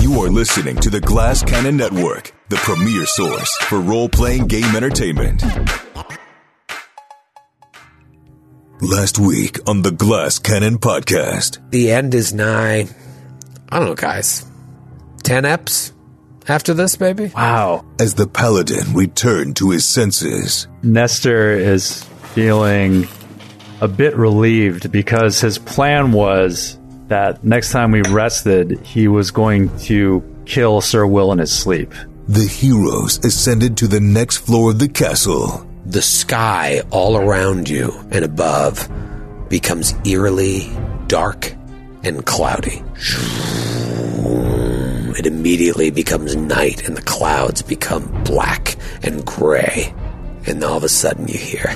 You are listening to the Glass Cannon Network, the premier source for role playing game entertainment. Last week on the Glass Cannon podcast, The end is nigh. I don't know, guys. 10 eps after this, maybe? Wow. as the paladin returned to his senses, Nestor is feeling a bit relieved because his plan was that next time we rested, he was going to kill Sir Will in his sleep. the heroes ascended to the next floor of the castle. The sky all around you and above becomes eerily dark and cloudy. It immediately becomes night, and the clouds become black and gray. And all of a sudden, you hear.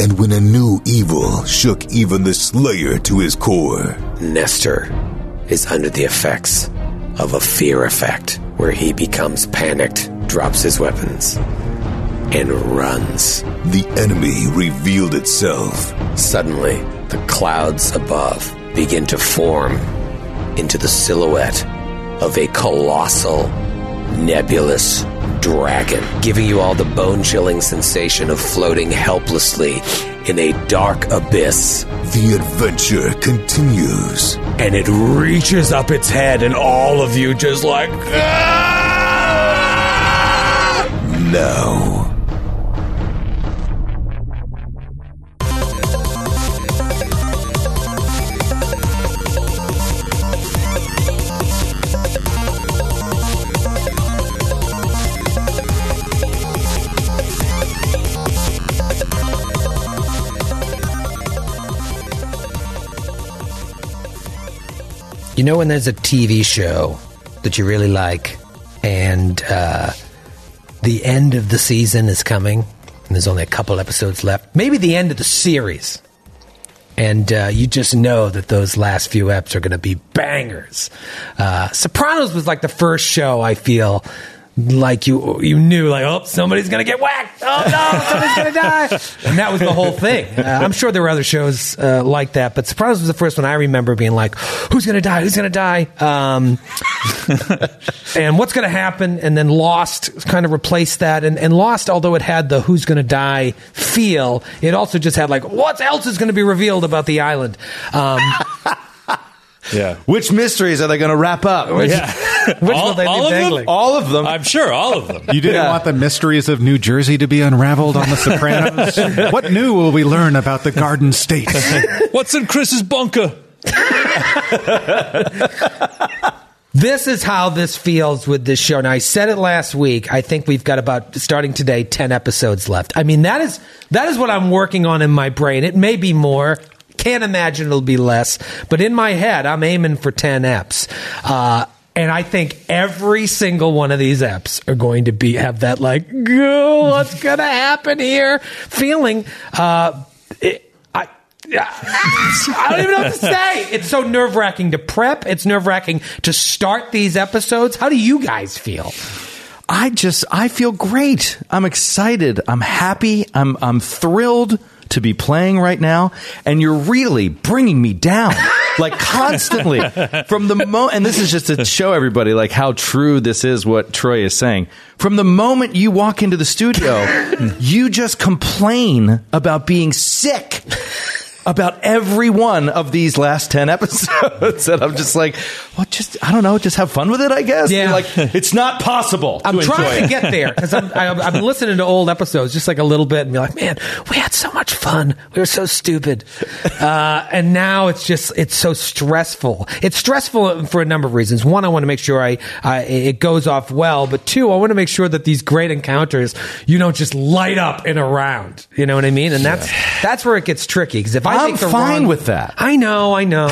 And when a new evil shook even the Slayer to his core, Nestor is under the effects of a fear effect where he becomes panicked, drops his weapons, and runs. the enemy revealed itself. Suddenly, the clouds above begin to form into the silhouette of a colossal, nebulous dragon, giving you all the bone chilling sensation of floating helplessly in a dark abyss. The adventure continues. and it reaches up its head, and all of you just like. "Ah!" Now, You know when there's a TV show that you really like, and uh, the end of the season is coming, and there's only a couple episodes left, maybe the end of the series, and uh, you just know that those last few eps are going to be bangers. Uh, Sopranos was like the first show I feel like you you knew like oh somebody's gonna get whacked oh no somebody's gonna die and that was the whole thing uh, i'm sure there were other shows uh, like that but sopranos was the first one i remember being like who's gonna die who's gonna die um, and what's gonna happen and then lost kind of replaced that and, and lost although it had the who's gonna die feel it also just had like what else is gonna be revealed about the island um, Yeah. Which mysteries are they going to wrap up? Oh, which All- will they all leave of them? dangling All of them. I'm sure all of them. You didn't Yeah. want the mysteries of New Jersey to be unraveled on The Sopranos. what new will we learn about the Garden State? What's in Chris's bunker? This is how this feels with this show. Now I said it last week. I think we've got about starting today 10 episodes left. I mean that is that is what I'm working on in my brain. It may be more. Can't imagine it'll be less, but in my head I'm aiming for 10 eps. Uh and I think every single one of these eps are going to be have that like, go, what's gonna happen here? Feeling. Uh, it, I, I don't even know what to say. It's so nerve wracking to prep. It's nerve wracking to start these episodes. How do you guys feel? I just I feel great. I'm excited. I'm happy. I'm I'm thrilled to be playing right now and you're really bringing me down like constantly from the moment and this is just to show everybody like how true this is what Troy is saying. From the moment you walk into the studio, you just complain about being sick about every one of these last 10 episodes and I'm just like, well just I don't know, just have fun with it, I guess. Yeah. Like it's not possible. I'm enjoy trying it. to get there because I'm, I'm, I'm listening to old episodes just like a little bit and be like, man, we had so much fun. We were so stupid. Uh, and now it's just, it's so stressful. It's stressful for a number of reasons. One, I want to make sure I, I it goes off well. But two, I want to make sure that these great encounters, you don't just light up in a round. You know what I mean? And that's, that's where it gets tricky because if I I'm make the fine wrong- with that. I know, I know.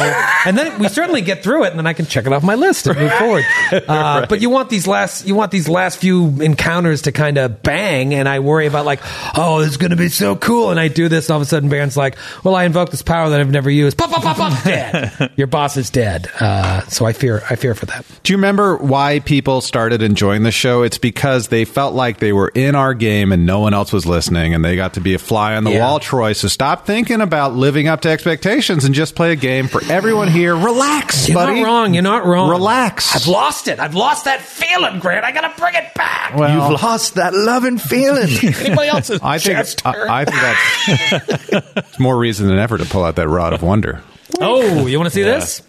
and then we certainly get through it, and then I can check it off my list and move forward. Uh, But you want these last, you want these last few encounters to kind of bang, and I worry about like, oh, this is going to be so cool, and I do this, and all of a sudden, Baron's like, well, I invoke this power that I've never used. Pop, pop, pop, pop, dead. Your boss is dead. Uh, so I fear, I fear for that. Do you remember why people started enjoying the show? It's because they felt like they were in our game and no one else was listening, and they got to be a fly on the Yeah. wall, Troy. So stop thinking about living up to expectations and just play a game for everyone here. Relax, You're buddy. not wrong. You're not wrong. Relax. I've lost it. I've lost that feeling, Grant. I got to bring it back. Well, You've lost that love and feeling. Anybody else? I think I, I think that's it's more reason than ever to pull out that rod of wonder. oh, you want to see this?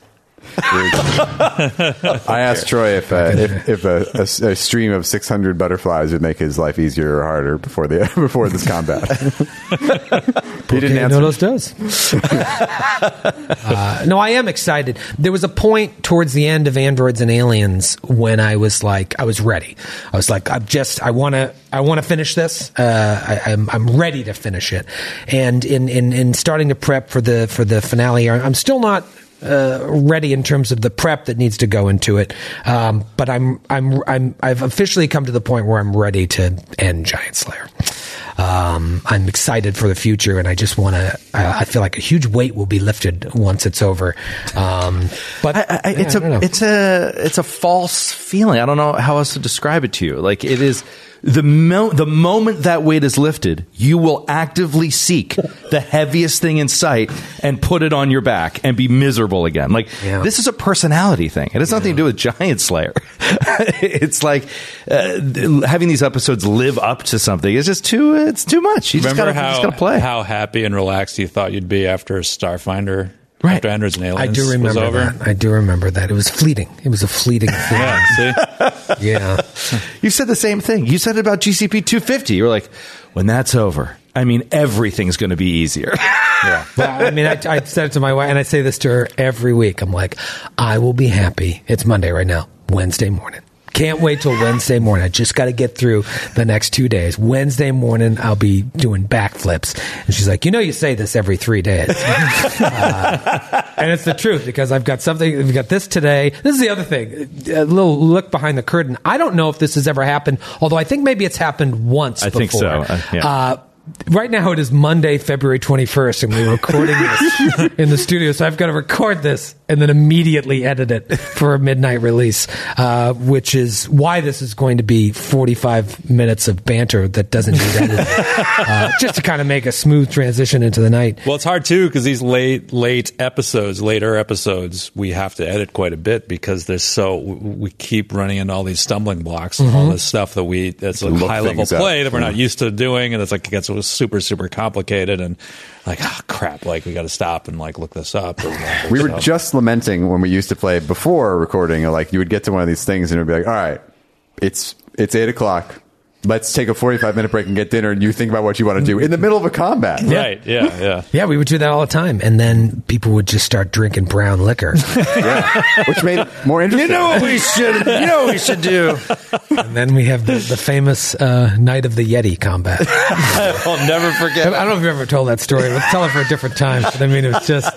I asked Troy if uh, if, if a, a s- a stream of 600 butterflies would make his life easier or harder before the before this combat. he didn't Yeah, no, answer. those does. Uh, no, I am excited. There was a point towards the end of Androids and Aliens when I was like, I was ready. I was like, I'm just, I want to, I want to finish this. Uh, I, I'm, I'm ready to finish it. And in, in, in starting to prep for the for the finale, I'm still not uh, ready in terms of the prep that needs to go into it. Um, but I'm, I'm, I'm, I've officially come to the point where I'm ready to end Giant Slayer. Um, I'm excited for the future, and I just want to. I, I feel like a huge weight will be lifted once it's over. Um, but I, I, yeah, it's I don't know. a it's a it's a false feeling. I don't know how else to describe it to you. Like it is the mo- the moment that weight is lifted, you will actively seek the heaviest thing in sight and put it on your back and be miserable again. Like Yeah. this is a personality thing. It has nothing to do with Giant Slayer. it's like uh, th- having these episodes live up to something. It's just too it's too much. You Remember just gotta, you just how, gotta play. how happy and relaxed you thought you'd be after Starfinder, Right. after Androids and I Aliens do was remember over? that. I do remember that. It was fleeting. It was a fleeting thing. Yeah, see? yeah. You said the same thing. You said it about GCP 250. You were like, when that's over, I mean, everything's going to be easier. well, I mean, I, I said it to my wife, and I say this to her every week. I'm like, I will be happy. It's Monday right now, Wednesday morning. Can't wait till Wednesday morning. I just got to get through the next two days. Wednesday morning, I'll be doing backflips. And she's like, You know, you say this every three days. Uh, and it's the truth because I've got something, I've got this today. This is the other thing a little look behind the curtain. I don't know if this has ever happened, although I think maybe it's happened once I before. think so. Uh, yeah. Uh, right now it is Monday, February 21st, and we're recording this in the studio. So I've got to record this and then immediately edit it for a midnight release, uh, which is why this is going to be 45 minutes of banter that doesn't need editing, uh, just to kind of make a smooth transition into the night. Well, it's hard too because these late, late episodes, later episodes, we have to edit quite a bit because there's so we- we keep running into all these stumbling blocks Mm-hmm. and all this stuff that we that's a look high level things up. play that we're not used to doing, and it's like it gets super, super complicated and like oh crap, like we got to stop and like look this up. or whatever. We were So- just lamenting when we used to play before recording. Like you would get to one of these things and it'd be like, "All right, it's it's eight o'clock. Let's take a forty-five minute break and get dinner." And you think about what you want to do in the middle of a combat. right, yeah, yeah. Yeah, we would do that all the time. And then people would just start drinking brown liquor. Yeah. Which made it more interesting. we should, you know what we should do? and then we have the, the famous uh, Night of the Yeti combat. I'll never I forget. I don't know if you ever told that story. We'll tell it for a different time. But I mean, it was just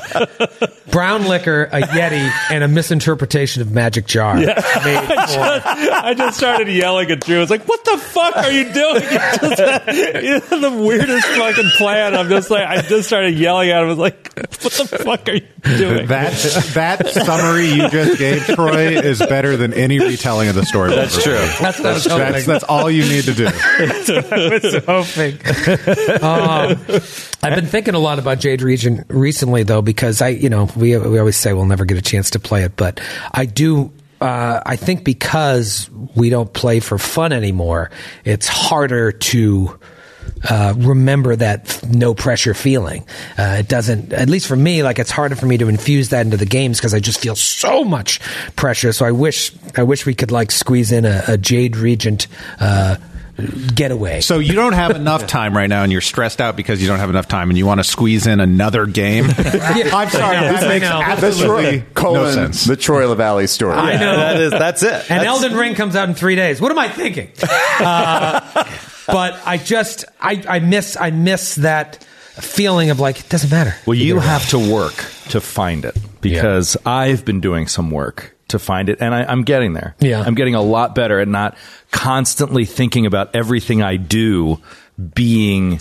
brown liquor, a Yeti, and a misinterpretation of Magic Jar. Made for- I just started yelling at Drew. I was like, "What the fuck are you doing?" You just- you have the weirdest fucking plan. I'm just like, I just started yelling at him. I was like, "What the fuck are you doing?" That that summary you just gave, Troy, is better than any retelling of the story. That's true. That's what I was hoping. That's, that's all you need to do. hoping. Um, I've been thinking a lot about Jade Region recently, though, because I, you know, we we always say we'll never get a chance to play it, but I do. Uh, I think because we don't play for fun anymore, it's harder to. Uh, remember that f- no pressure feeling. Uh, it doesn't, at least for me, like it's harder for me to infuse that into the games because I just feel so much pressure. So I wish, I wish we could like squeeze in a, a Jade Regent uh, getaway. So you don't have enough time right now, and you're stressed out because you don't have enough time, and you want to squeeze in another game. I'm sorry, I that makes know. That's absolutely Troy. Colon, no sense. The Troy LaValle story. I know. That is, that's it. And That's- Elden Ring comes out in three days. What am I thinking? Uh, but I just I, I miss I miss that. feeling of like it doesn't matter. Well, you have to work to find it because I've been doing some work to find it, and I, I'm getting there. Yeah. I'm getting a lot better at not constantly thinking about everything I do being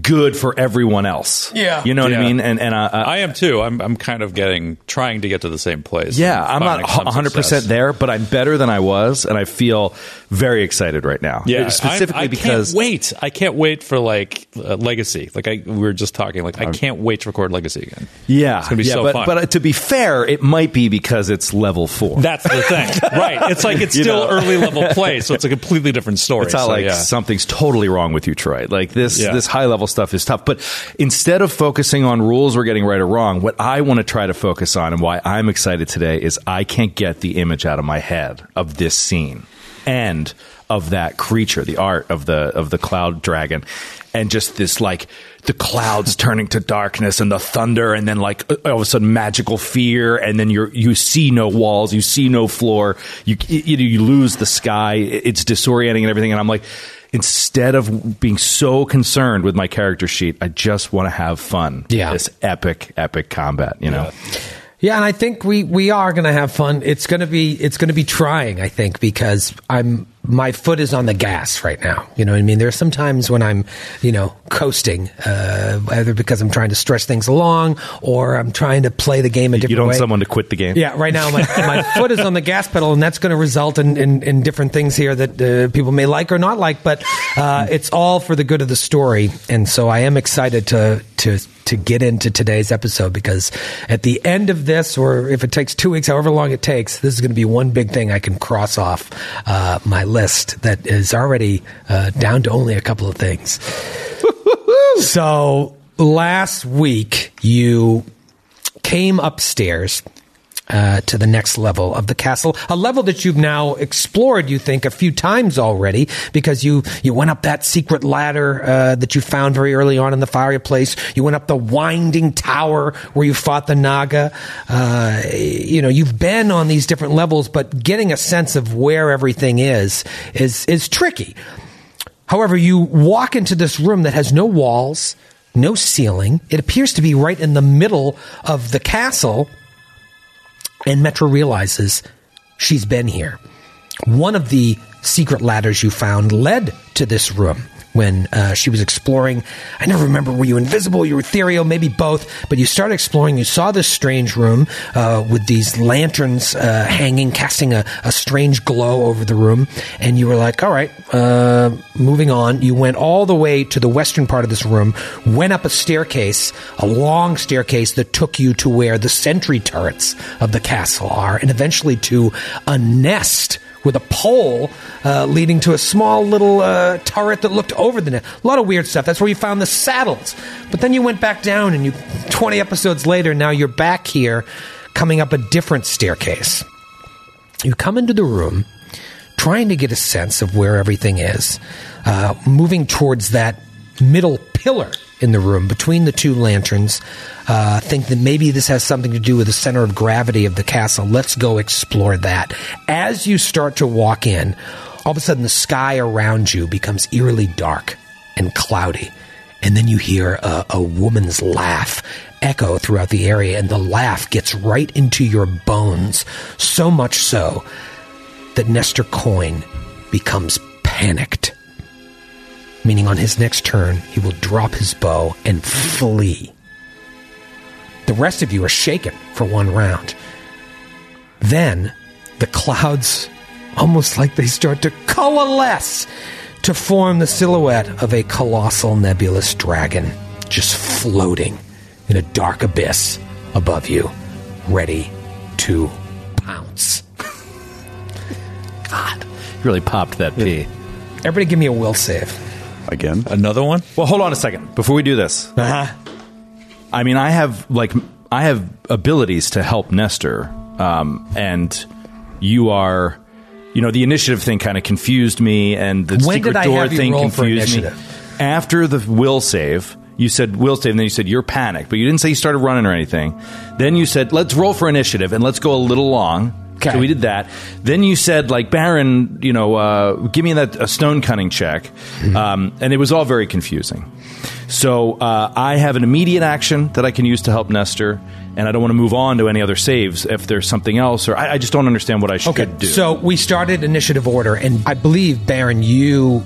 good for everyone else. Yeah. you know what Yeah. I mean. And and I, I, I am too. I'm I'm kind of getting trying to get to the same place. yeah, and I'm not finding some 100 success. percent there, but I'm better than I was, and I feel very excited right now. Yeah, specifically I'm- I because can't wait. I can't wait for like uh, Legacy. Like I, we were just talking. Like I can't wait to record Legacy again. yeah, It's gonna be yeah, so but, fun. But uh, to be fair, it might be because it's level four. That's the thing, right? It's like it's You still know. early level play, so it's a completely different story. It's not So, like yeah. something's totally wrong with you, Troy. Like this, Yeah. this high level stuff is tough. But instead of focusing on rules we're getting right or wrong, what I want to try to focus on and why I'm excited today is I can't get the image out of my head of this scene and of that creature, the art of the of the cloud dragon, and just this like the clouds turning to darkness and the thunder, and then like all of a sudden magical fear, and then you you see no walls, you see no floor, you you, you lose the sky. It's disorienting and everything, and I'm like. Instead of being so concerned with my character sheet, I just want to have fun. with Yeah. this epic, epic combat. You know, Yeah, and I think we we are going to have fun. It's going to be it's going to be trying, I think, because I'm my foot is on the gas right now. You know what I mean? There's some times when I'm, you know, coasting, uh, either because I'm trying to stretch things along or I'm trying to play the game a different you don't way. want someone to quit the game. Yeah, right now my, my foot is on the gas pedal, and that's going to result in, in, in different things here that uh, people may like or not like. But uh, it's all for the good of the story, and so I am excited to to to get into today's episode because at the end of this, or if it takes two weeks, however long it takes, this is going to be one big thing I can cross off uh, my list that is already uh, down to only a couple of things. so last week you came upstairs uh, to the next level of the castle, a level that you've now explored, you think, a few times already, because you you went up that secret ladder uh, that you found very early on in the fireplace. You went up the winding tower where you fought the Naga. Uh, you know, you've been on these different levels, but getting a sense of where everything is is is tricky. However, you walk into this room that has no walls, no ceiling. It appears to be right in the middle of the castle, and Metro realizes she's been here. One of the secret ladders you found led to this room when uh, she was exploring. I never remember, were you invisible, you were ethereal, maybe both, but you started exploring. You saw this strange room uh, with these lanterns uh, hanging, casting a, a strange glow over the room, and you were like, all right, uh, moving on. You went all the way to the western part of this room, went up a staircase, a long staircase that took you to where the sentry turrets of the castle are, and eventually to a nest with a pole uh, leading to a small little uh, turret that looked over the net. A lot of weird stuff. That's where you found the saddles. But then you went back down, and you 20 episodes later, now you're back here, coming up a different staircase. You come into the room, trying to get a sense of where everything is, uh, moving towards that middle pillar in the room between the two lanterns. Uh, think that maybe this has something to do with the center of gravity of the castle. Let's go explore that. As you start to walk in, all of a sudden the sky around you becomes eerily dark and cloudy. And then you hear a, a woman's laugh echo throughout the area, and the laugh gets right into your bones, so much so that Nestor Coin becomes panicked. Meaning, on his next turn, he will drop his bow and flee. The rest of you are shaken for one round. Then the clouds, almost like they start to coalesce to form the silhouette of a colossal nebulous dragon just floating in a dark abyss above you, ready to pounce. You really popped that P. Everybody give me a will save. Again? another one. Well, hold on a second before we do this. Uh-huh. I mean, I have like I have abilities to help Nestor, um, and you are, you know, the initiative thing kind of confused me, and the When secret did I door have you thing roll for confused me. initiative? After the will save, you said will save, and then you said you're panicked, but you didn't say you started running or anything. Then you said let's roll for initiative and let's go a little long. Okay. So we did that. Then you said, like, Baron, Mm-hmm. you know, uh, give me that a stone cutting check. Um, and it was all very confusing. So uh, I have an immediate action that I can use to help Nestor, and I don't want to move on to any other saves if there's something else, or I, I just don't understand what I should Okay, do. so we started initiative order, and I believe, Baron, you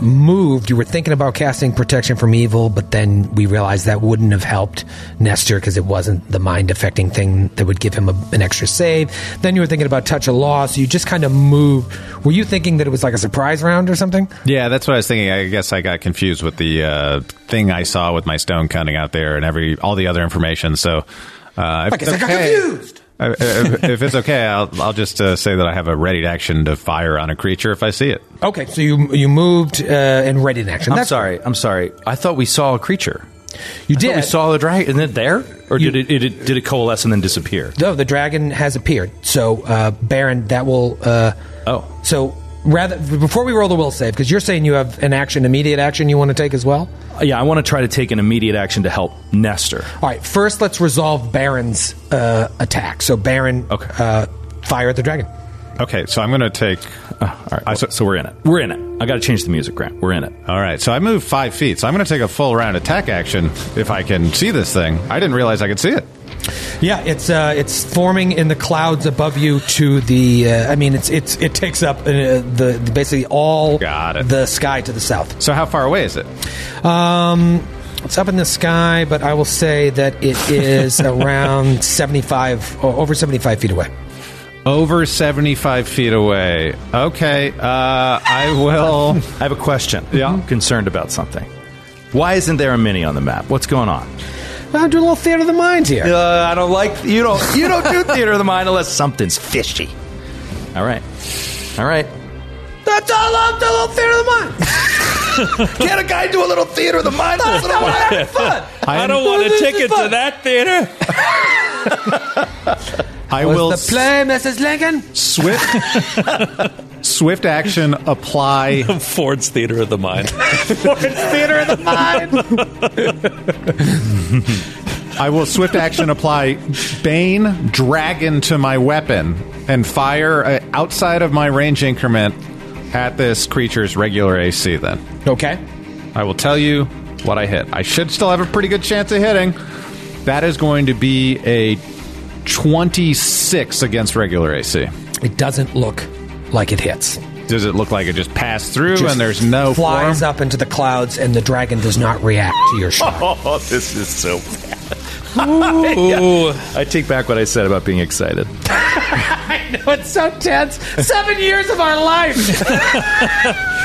moved. You were thinking about casting protection from evil, but then we realized that wouldn't have helped Nestor because it wasn't the mind affecting thing that would give him a, an extra save. Then you were thinking about touch of law, so you just kind of moved. Were you thinking that it was like a surprise round or something? Yeah, that's what I was thinking. I guess I got confused with the uh, thing I saw with my stone cutting out there and every all the other information. So, uh, I if, guess I got confused. I- I- if, if it's okay, I'll, I'll just uh, say that I have a ready action to fire on a creature if I see it. Okay, so you you moved uh, and ready in action. I'm That's- sorry. I'm sorry. I thought we saw a creature. You I thought did. we saw the dragon. Isn't it there, or did it, it did it coalesce and then disappear? No, the dragon has appeared. So, uh, Baron, that will. Uh, Oh. So, rather before we roll the will save, because you're saying you have an action, immediate action you want to take as well. Yeah, I want to try to take an immediate action to help Nestor. All right, first let's resolve Baron's uh, attack. So, Baron, Okay. uh, fire at the dragon. Okay, so I'm going to take. uh, all right, so, so we're in it. We're in it. I got to change the music, Grant. We're in it. All right, so I moved five feet, so I'm going to take a full round attack action if I can see this thing. I didn't realize I could see it. Yeah, it's uh, it's forming in the clouds above you to the. Uh, I mean, it's it's it takes up uh, the, the basically all Got it. the sky to the south. So how far away is it? Um, it's up in the sky, but I will say that it is around 75 or over 75 feet away. Over 75 feet away. Okay, uh, I will. I have a question. Yeah. I'm concerned about something. Why isn't there a mini on the map? What's going on? I'm doing a little theater of the mind here. Uh, I don't like you don't you don't do theater of the mind unless something's fishy. All right, all right. That's all I'm doing, a little theater of the mind. Can a guy do a little theater of the mind? I'm having fun. I don't want a This is ticket to fun. that theater. I What's will the play, Mrs. Lincoln? swift swift action apply Ford's Theater of the Mind. I will swift action apply Bane Dragon to my weapon and fire uh, outside of my range increment at this creature's regular AC. Then Okay. I will tell you what I hit. I should still have a pretty good chance of hitting. That is going to be a 26 against regular AC. It doesn't look like it hits. Does it look like it just passed through Just and there's no flies form? up into the clouds, and the dragon does not react to your shot. oh, this is so Ooh, I take back what I said about being excited. it's so tense. Seven years of our life.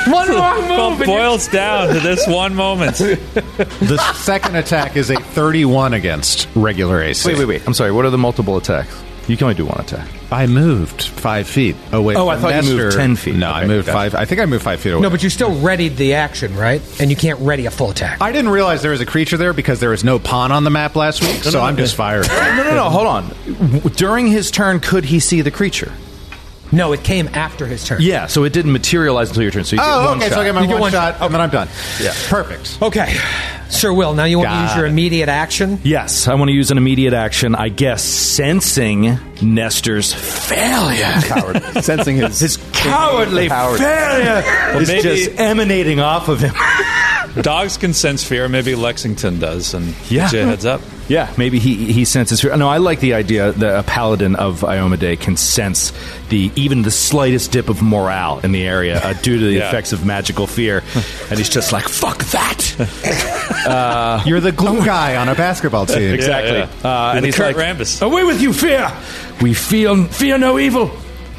One wrong Well, it boils down to this one moment. The second attack is a 31 against regular AC. Wait, wait, wait. I'm sorry. What are the multiple attacks? You can only do one attack. I moved five feet away. Oh, I from thought you moved Nestor. 10 feet. No, I Okay, moved gotcha. five. I think I moved five feet away. No, but you still readied the action, right? And you can't ready a full attack. I didn't realize there was a creature there because there was no pawn on the map last week. so I'm just fired. No, no, no. Hold on. W- During his turn, could he see the creature? No, it came after his turn. Yeah. So it didn't materialize until your turn. So you get oh, one okay. shot. So I get my You one, one shot, and then I'm done. Yeah, Oh, perfect. Okay. Sir Will, now you want to Got use your it. immediate action? Yes, I want to use an immediate action. I guess sensing Nestor's failure, Coward. Sensing his his cowardly Coward. failure, is maybe- just emanating off of him. Dogs can sense fear. Maybe Lexington does. And Yeah. get you a heads up. Yeah, maybe he he senses fear. No, I like the idea that a paladin of Iomade can sense the even the slightest dip of morale in the area uh, due to the Yeah. effects of magical fear, and he's just like, "Fuck that!" Uh, You're the glue guy on a basketball team. exactly. yeah. Uh, You're and the he's Kurt like, Rambis. "Away with you, fear! We feel fear no evil."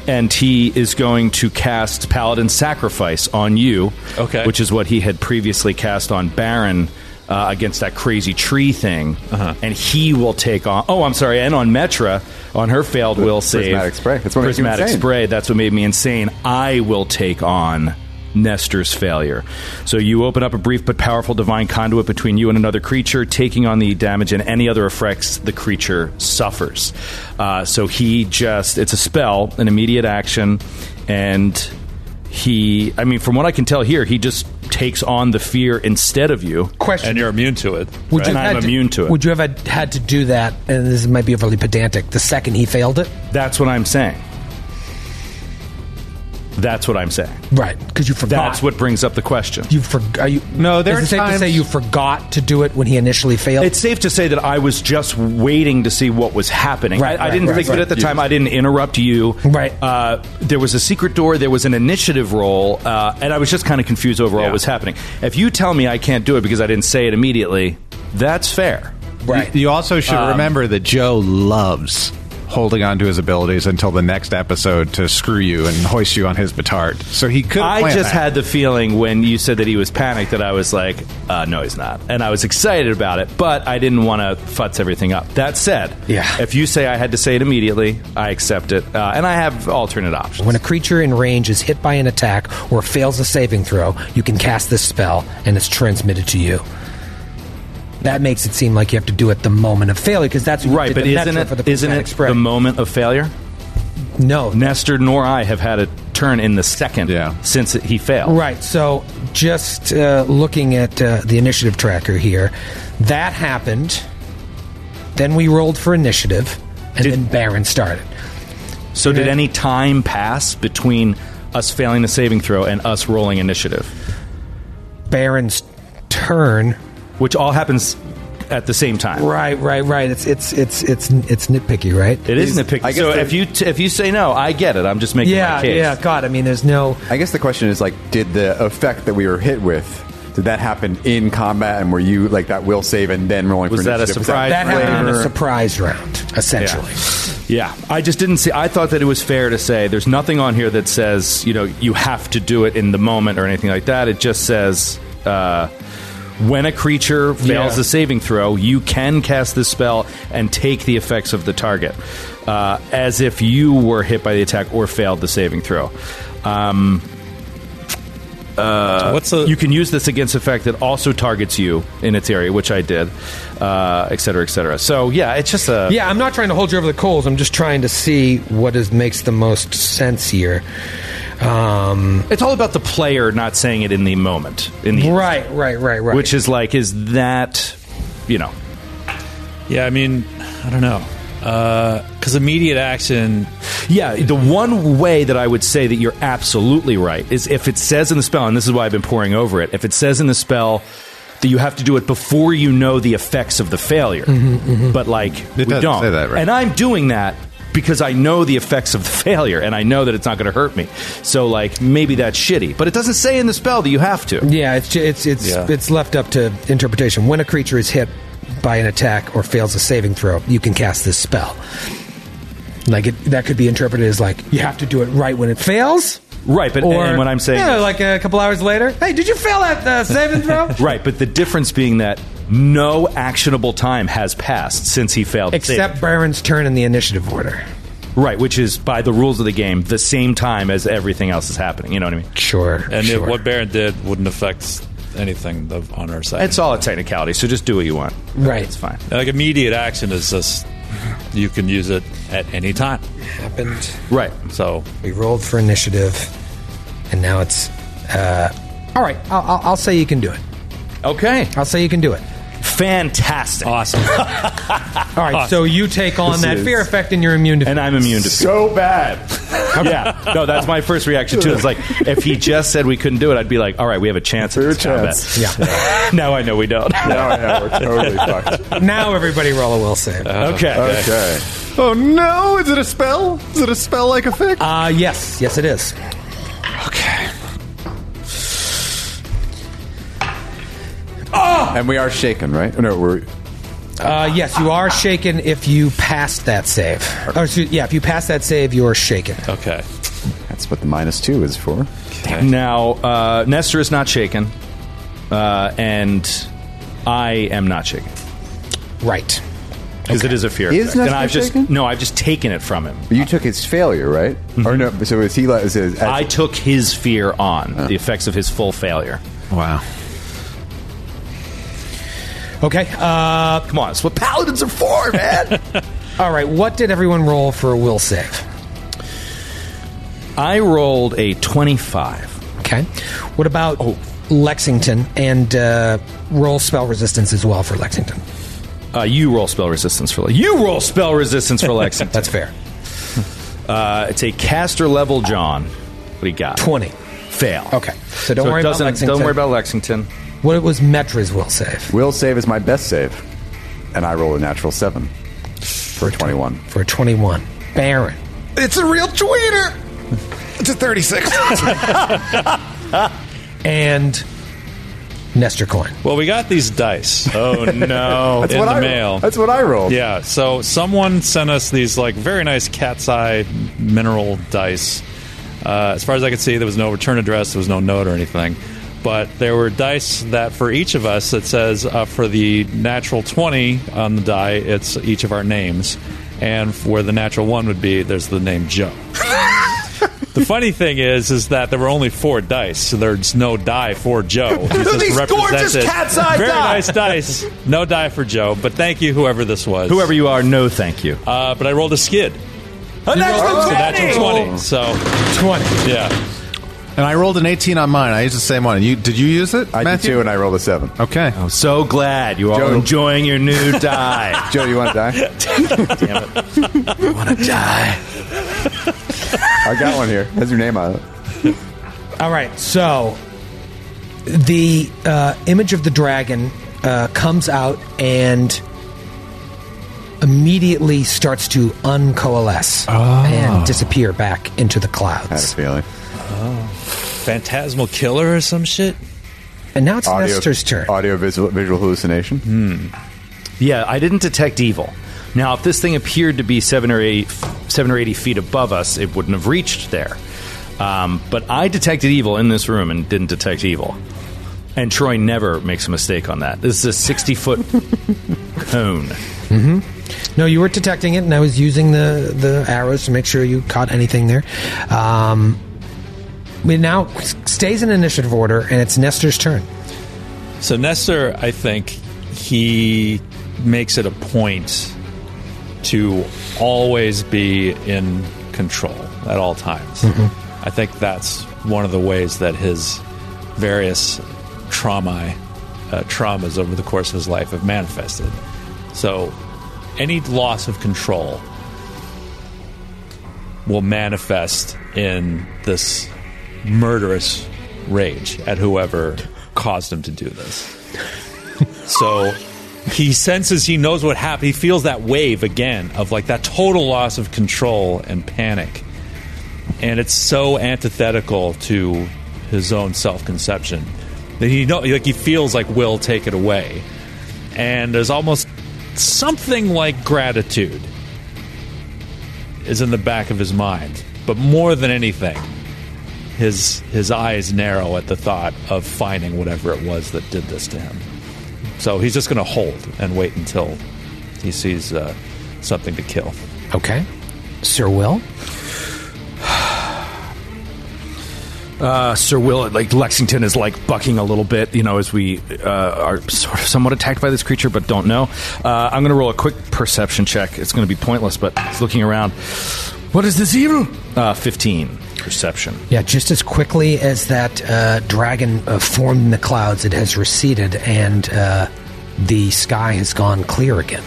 And he is going to cast Paladin Sacrifice on you, Okay. which is what he had previously cast on Baron uh, against that crazy tree thing. And he will take on. Oh, I'm sorry, and on Metra on her failed will save. prismatic spray. That's what makes you prismatic insane. spray. That's what made me insane. I will take on Nestor's failure. So you open up a brief but powerful divine conduit between you and another creature, taking on the damage and any other effects the creature suffers. Uh, so he just—it's a spell, an immediate action, and he. I mean, from what I can tell here, he just takes on the fear instead of you. Question. And you're immune to it. Would and have I'm had immune to it. Would you have had, had to do that? And this might be overly pedantic. The second he failed it, That's what I'm saying. That's what I'm saying. Right, because you forgot. That's what brings up the question. you forgot. You No, there are is it safe to times- say you forgot to do it when he initially failed. It's safe to say that I was just waiting to see what was happening. Right, I, I right, didn't right, think of right. it at the time. I didn't interrupt you. Right. Uh, there was a secret door. There was an initiative roll, uh, and I was just kind of confused over what Yeah. was happening. If you tell me I can't do it because I didn't say it immediately, that's fair. right. You also should remember that Joe loves holding on to his abilities until the next episode to screw you and hoist you on his petard. So he could. I just had the feeling when you said that he was panicked that I was like, uh, no, he's not. And I was excited about it, but I didn't want to futz everything up. That said, Yeah. if you say I had to say it immediately, I accept it. Uh, and I have alternate options. when a creature in range is hit by an attack or fails a saving throw, you can cast this spell and it's transmitted to you. That makes it seem like you have to do it the moment of failure because that's what you Right, did but the isn't Metro for it, the isn't Prismatic it Spread. the moment of failure? no, Nestor nor I have had a turn in the second Yeah. since he failed. Right. So just uh, looking at uh, the initiative tracker here, that happened. Then we rolled for initiative, and Did- then Baron started. So did any time pass between us failing the saving throw and us rolling initiative, Baron's turn. which all happens at the same time? Right. Right. Right. It's it's it's it's it's nitpicky, right? It is nitpicky. I guess So they're- if you t- if you say no, I get it. I'm just making my yeah. case. Yeah. God. I mean, there's no. I guess the question is like, did the effect that we were hit with, did that happen in combat? And were you like that will save and then rolling Was for that a initiative? surprise That happened in a flavor? surprise round, essentially. Yeah, I just didn't see. I thought that it was fair to say there's nothing on here that says you know you have to do it in the moment or anything like that. It just says uh, when a creature fails Yeah. the saving throw, you can cast this spell and take the effects of the target, uh, as if you were hit by the attack or failed the saving throw. Um, uh, What's the? you can use this against effect that also targets you in its area, which I did, uh, et cetera, et cetera. So yeah, it's just a Yeah, I'm not trying to hold you over the coals. I'm just trying to see what is makes the most sense here. Um, It's all about the player not saying it in the moment, in the right, right, right, right. which is like, is that you know? yeah, I mean, I don't know. Because immediate action, Yeah, the one way that I would say that you're absolutely right is if it says in the spell, and this is why I've been pouring over it. If it says in the spell that you have to do it before you know the effects of the failure, Mm-hmm, but like we doesn't don't. say that, right? And I'm doing that because I know the effects of the failure, and I know that it's not going to hurt me. So like maybe that's shitty, but it doesn't say in the spell that you have to. Yeah, it's ju- it's it's Yeah. it's left up to interpretation. When a creature is hit by an attack or fails a saving throw, you can cast this spell. Like it, that could be interpreted as like you have to do it right when it fails, Right, but or and what I'm saying yeah, is- like a couple hours later. Hey, did you fail at the saving throw? Right, but the difference being that no actionable time has passed since he failed. the Except saving. Baron's turn in the initiative order. right, which is by the rules of the game, the same time as everything else is happening. You know what I mean? Sure. and sure. if what Baron did wouldn't affect anything of, on our side. It's all a technicality, so just do what you want. Right. it's fine. Uh, like immediate action is just you can use it at any time. happened? Right. So We rolled for initiative, and now it's. Uh, all right, I'll, I'll, I'll say you can do it. Okay. I'll say you can do it. Fantastic. awesome. All right, so you take on that fear effect, and you're immune to. And I'm immune to fear. So bad. yeah. No, that's my first reaction too. It's like if he just said we couldn't do it, I'd be like, all right, we have a chance. at Fair this chance. combat. now I know we don't. now I know. We're totally fucked. now everybody roll a will save. Uh, Okay. Okay. Oh no! Is it a spell? Is it a spell like effect? Uh, yes, yes, it is. and we are shaken, right? No, we're. Uh, yes, you are shaken if you pass that save. Or, excuse- yeah, if you pass that save, you are shaken. Okay. That's what the minus two is for. Now, uh, Nestor is not shaken, uh, and I am not shaken Right. because it is a fear. effect. Is and Nestor I've just shaken? no, I've just taken it from him. You took his failure, right? Or no? So is he? Like, is it, Mm-hmm. I took his fear on the effects of his full failure. Wow. Okay. Uh, Come on, it's what paladins are for, man. all right. What did everyone roll for a will save? I rolled a twenty-five. Okay. What about Lexington and uh, roll spell resistance as well for Lexington? Uh, you roll spell resistance for Le- you roll spell resistance for Lexington. That's fair. uh, it's a caster level John. What he got? 20. Fail. Okay. So don't it worry about doesn't- Lexington. Don't worry about Lexington. What it was Metra's will save Will save is my best save, and I roll a natural seven for a 21. for a 21. Baron. It's a real tweeter. It's a 36. And Nestor Coin. Well, we got these dice. Oh no! in what the I, mail. That's what I rolled. Yeah, so someone sent us these like very nice cat's eye mineral dice. Uh, as far as I could see, there was no return address, there was no note or anything. But there were dice that for each of us, it says uh, for the natural 20 on the die, it's each of our names. And where the natural one would be, there's the name Joe. The funny thing is, is that there were only four dice. So there's no die for Joe. He's just These gorgeous represented. cat's eye Very die. nice dice. No die for Joe. But thank you, whoever this was. Whoever you are, no, thank you. Uh, but I rolled a skid. A natural So 20. that's a twenty. So 20. yeah. And I rolled an 18 on mine. I used the same one. You did you use it? I did Matthew? two, and I rolled a seven. Okay. I'm so glad you are Joe. enjoying your new die. Joe, you want to die? Want to die. I got one here. Has your name on it? All right, so the uh, image of the dragon uh, comes out and immediately starts to uncoalesce and disappear back into the I had a clouds. feeling. Phantasmal killer or some shit. And now it's Audio, Nestor's turn. audio visual, visual hallucination. yeah, I didn't detect evil. Now, if this thing appeared to be seven or eight, seven or eighty feet above us, it wouldn't have reached there. Um, but I detected evil in this room and didn't detect evil. And Troy never makes a mistake on that. This is a sixty-foot cone. No, you were detecting it, and I was using the, the arrows to make sure you caught anything there. Um, it now stays in initiative order, and it's Nestor's turn. So Nestor, I think he makes it a point to always be in control at all times. I think that's one of the ways that his various trauma uh, traumas over the course of his life have manifested. So any loss of control will manifest in this murderous rage at whoever caused him to do this. So he senses he knows what happened. He feels that wave again of like that total loss of control and panic. And it's so antithetical to his own self conception that he know like he feels like will take it away. And there's almost something like gratitude is in the back of his mind. But more than anything, his his eyes narrow at the thought of finding whatever it was that did this to him. So he's just going to hold and wait until he sees uh, something to kill. Okay. Sir Will? Uh, Sir Will, like Lexington, is like bucking a little bit, you know, as we uh, are sort of somewhat attacked by this creature, but don't know. Uh, I'm going to roll a quick perception check. It's going to be pointless, but it's looking around. What is this evil? Uh, 15 perception. Yeah, just as quickly as that uh, dragon uh, formed in the clouds, it has receded and uh, the sky has gone clear again.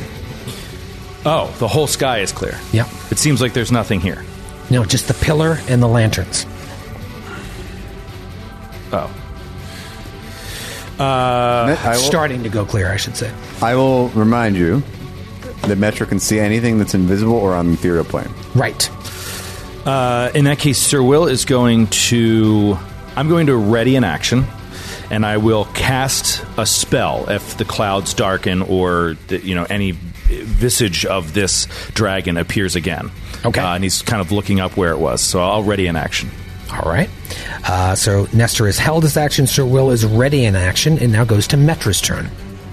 Oh, the whole sky is clear. Yep. It seems like there's nothing here. No, just the pillar and the lanterns. Oh. Uh, I, will, Starting to go clear, I should say. I will remind you that Metro can see anything that's invisible or on the ethereal plane. Right. Uh, in that case, Sir Will is going to. I'm going to ready an action, and I will cast a spell if the clouds darken or the, you know any visage of this dragon appears again. Okay. uh, and he's kind of looking up where it was, so I'll ready an action. All right. Uh, so Nestor has held his action. Sir Will is ready in action. It now goes to Metra's turn.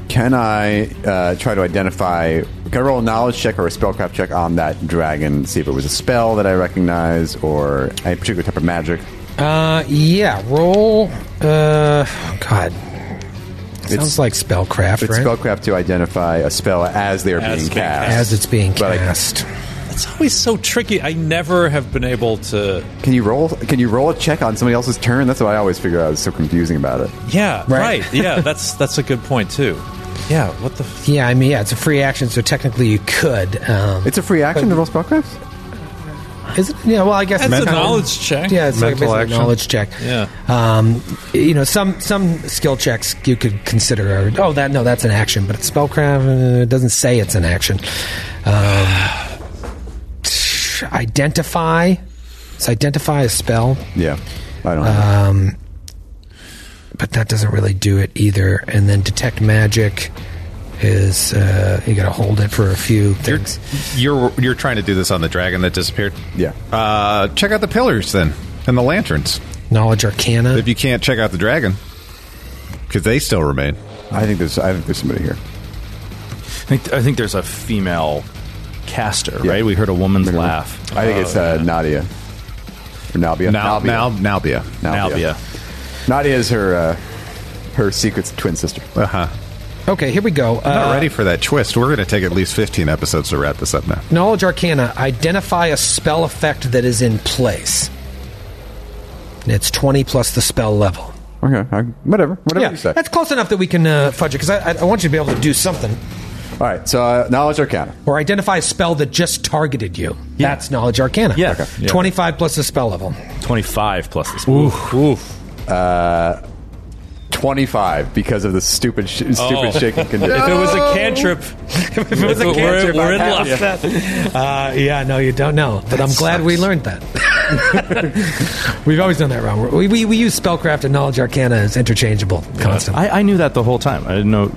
Can I uh, try to identify? Can I roll a knowledge check or a spellcraft check on that dragon? See if it was a spell that I recognize or a particular type of magic. Uh, yeah, roll. Uh, God. Sounds like spellcraft, It's right? spellcraft to identify a spell as they are As being being cast. as it's being But I- cast. It's always so tricky. I never have been able to. Can you roll? Can you roll a check on somebody else's turn? That's what I always figure out. It's so confusing about it. Yeah, Right. right. Yeah, that's that's a good point too. Yeah, what the f- Yeah, I mean, yeah, it's a free action, so technically you could. Um, It's a free action to roll spellcraft. Is it? Yeah. Well, I guess That's a it's kind of- knowledge check. Yeah, it's like Mental basically action. a knowledge check. Yeah. Um, you know, some some skill checks you could consider. Are, oh, that no, that's an action, but it's spellcraft. Uh, it doesn't say it's an action. Um, identify. It's identify a spell, Yeah. I don't know. but that doesn't really do it either. And then detect magic is uh, you got to hold it for a few things. You're you're trying to do this on the dragon that disappeared. Yeah. Uh, check out the pillars then, and the lanterns. Knowledge arcana. If you can't check out the dragon, because they still remain. I think there's I think there's somebody here. I think, I think there's a female caster, Yeah. right? We heard a woman's laugh. I think it's Oh, uh, Nadia. Or Nabia. Now, Nabia. now, Nalbia. Albia. Nadia is her uh, her secret twin sister. Uh huh. okay, here we go. Uh, Not ready for that twist. We're going to take at least 15 episodes to wrap this up now. Knowledge Arcana, identify a spell effect that is in place. And it's 20 plus the spell level. Okay, I, whatever, whatever you say. that's close enough that we can uh, fudge it, because I, I- I want you to be able to do something. All right, so uh, knowledge arcana. Or identify a spell that just targeted you. That's Knowledge Arcana. Yeah. Okay. Yeah. 25 plus the spell level. 25 plus this. Oof. Oof. Twenty-five because of the stupid, sh- stupid shaking condition. Oh. If it was a cantrip, if it was a cantrip, we're, I'd in have luck. Uh, yeah, no, you don't know. But I'm glad we learned that. We've always done that wrong. We, we, we use Spellcraft and Knowledge Arcana as interchangeable constantly. I, I knew that the whole time. I didn't know.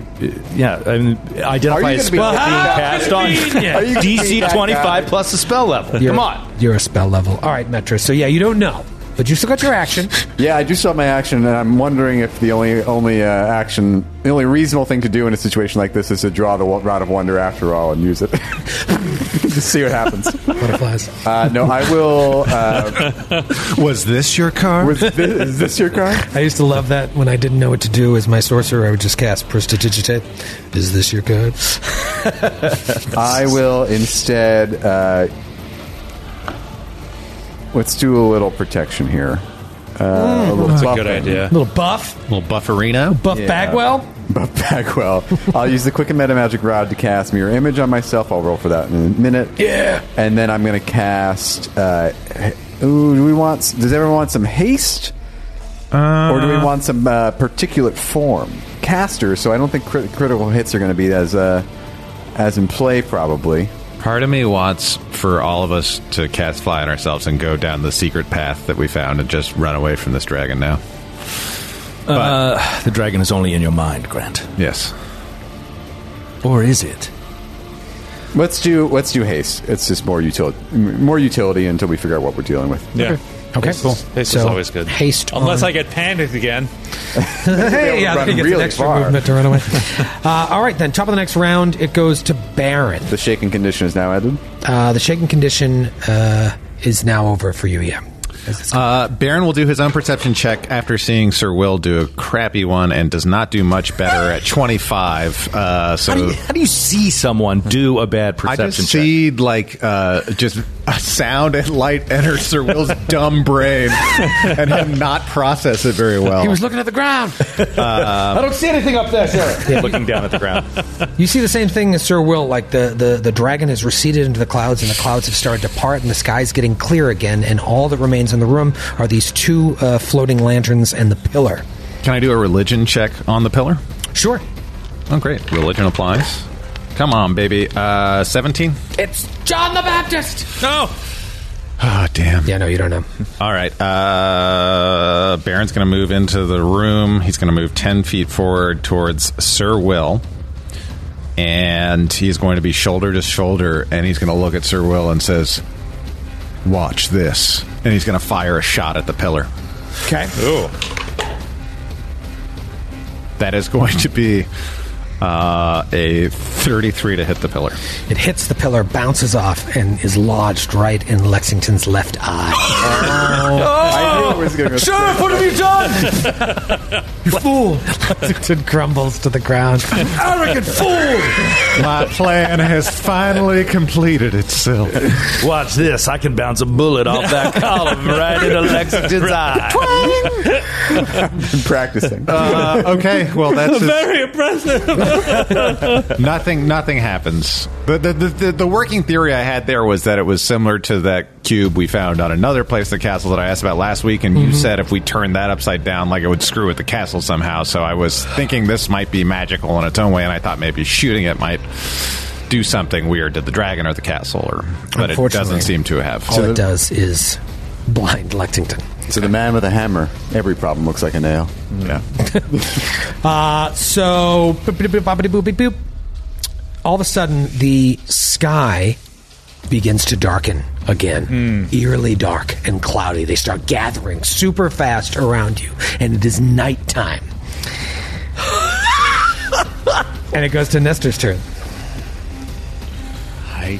Yeah, I mean, Are identify you a gonna be spell that being guy? cast on Are you gonna be that DC guy? 25 plus the spell level. You're- Come on. You're a spell level. All right, Metro. So, yeah, you don't know. But you still got your action. Yeah, I do still have my action, and I'm wondering if the only only uh, action, the only reasonable thing to do in a situation like this is to draw the wa- rod of wonder after all and use it to see what happens. Butterflies. Uh, no, I will. Uh, Was this your car? was this, is this your card? I used to love that when I didn't know what to do as my sorcerer. I would just cast Prestidigitate. Is this your code? I will instead. Uh, let's do a little protection here. Uh, a little Hmm. That's a good idea. Little buff, little bufferino. buff Bagwell. Buff Bagwell. I'll use the quick and meta magic rod to cast mirror image on myself. I'll roll for that in a minute. Yeah. And then I'm going to cast. Uh, h- ooh, do we want? Does everyone want some haste? or do we want some uh, particulate form caster? So I don't think crit- critical hits are going to be as uh, as in play probably. Part of me wants for all of us to cast fly on ourselves and go down the secret path that we found and just run away from this dragon now. Uh, the dragon is only in your mind, Grant. Yes. Or is it? Let's do let's do haste. It's just more utility, more utility until we figure out what we're dealing with. Yeah. Okay, cool. This is always good. Haste. Unless on- I get panicked again. Hey, yeah, run then he gets an really extra far. movement to run away. uh, all right, then. Top of the next round, it goes to Baron. The shaking condition is now ended. Uh, the shaken condition uh, is now over for you. Yeah. As it's- Uh, Baron will do his own perception check after seeing Sir Will do a crappy one and does not do much better at 25. Uh, so How do, you, how do you see someone do a bad I perception just check? see like uh, just a sound and light enter Sir Will's dumb brain and him not process it very Oh. well. he was looking at the ground. I don't see anything up there, sir. looking down at the ground. You see the same thing as Sir Will, like the, the, the dragon has receded into the clouds and the clouds have started to part and the sky's getting clear again, and all that remains in the room are these two uh, floating lanterns and the pillar. Can I do a religion check on the pillar? Sure. Oh, great. Religion applies. Come on, baby. Uh, 17? It's John the Baptist! No. Oh, damn. Yeah, no, you don't know. All right. Uh, Baron's going to move into the room. He's going to move 10 feet forward towards Sir Will. And he's going to be shoulder to shoulder. And he's going to look at Sir Will and says, Watch this. And he's going to fire a shot at the pillar. Okay. Ooh. That is going to be uh, a 33 to hit the pillar. It hits the pillar, bounces off, and is lodged right in Lexington's left eye. I feel always going to go. Shut up! What have you done? You fool! Lexington crumbles to the ground. Arrogant fool! My plan has finally completed itself. Watch this. I can bounce a bullet off that column right into Lexington's eye. practicing. Uh, okay, well that's just- Very impressive. nothing. Nothing happens. The, the the the- the working theory I had there was that it was similar to that cube we found on another place, the castle that I asked about last week, and you Mm-hmm. said if we turned that upside down, like it would screw with the castle somehow. So I was thinking this might be magical in its own way, and I thought maybe shooting it might do something weird to the dragon or the castle, or but it Unfortunately. doesn't seem to have. All it does is blind Lexington. to the man with a hammer, every problem looks like a nail. Yeah. Uh, so, boop, boop, boop, boppity, boop, boop, boop. all of a sudden, the sky begins to darken again, eerily dark and cloudy. They start gathering super fast around you, and it is nighttime. and it goes to Nestor's turn. I'm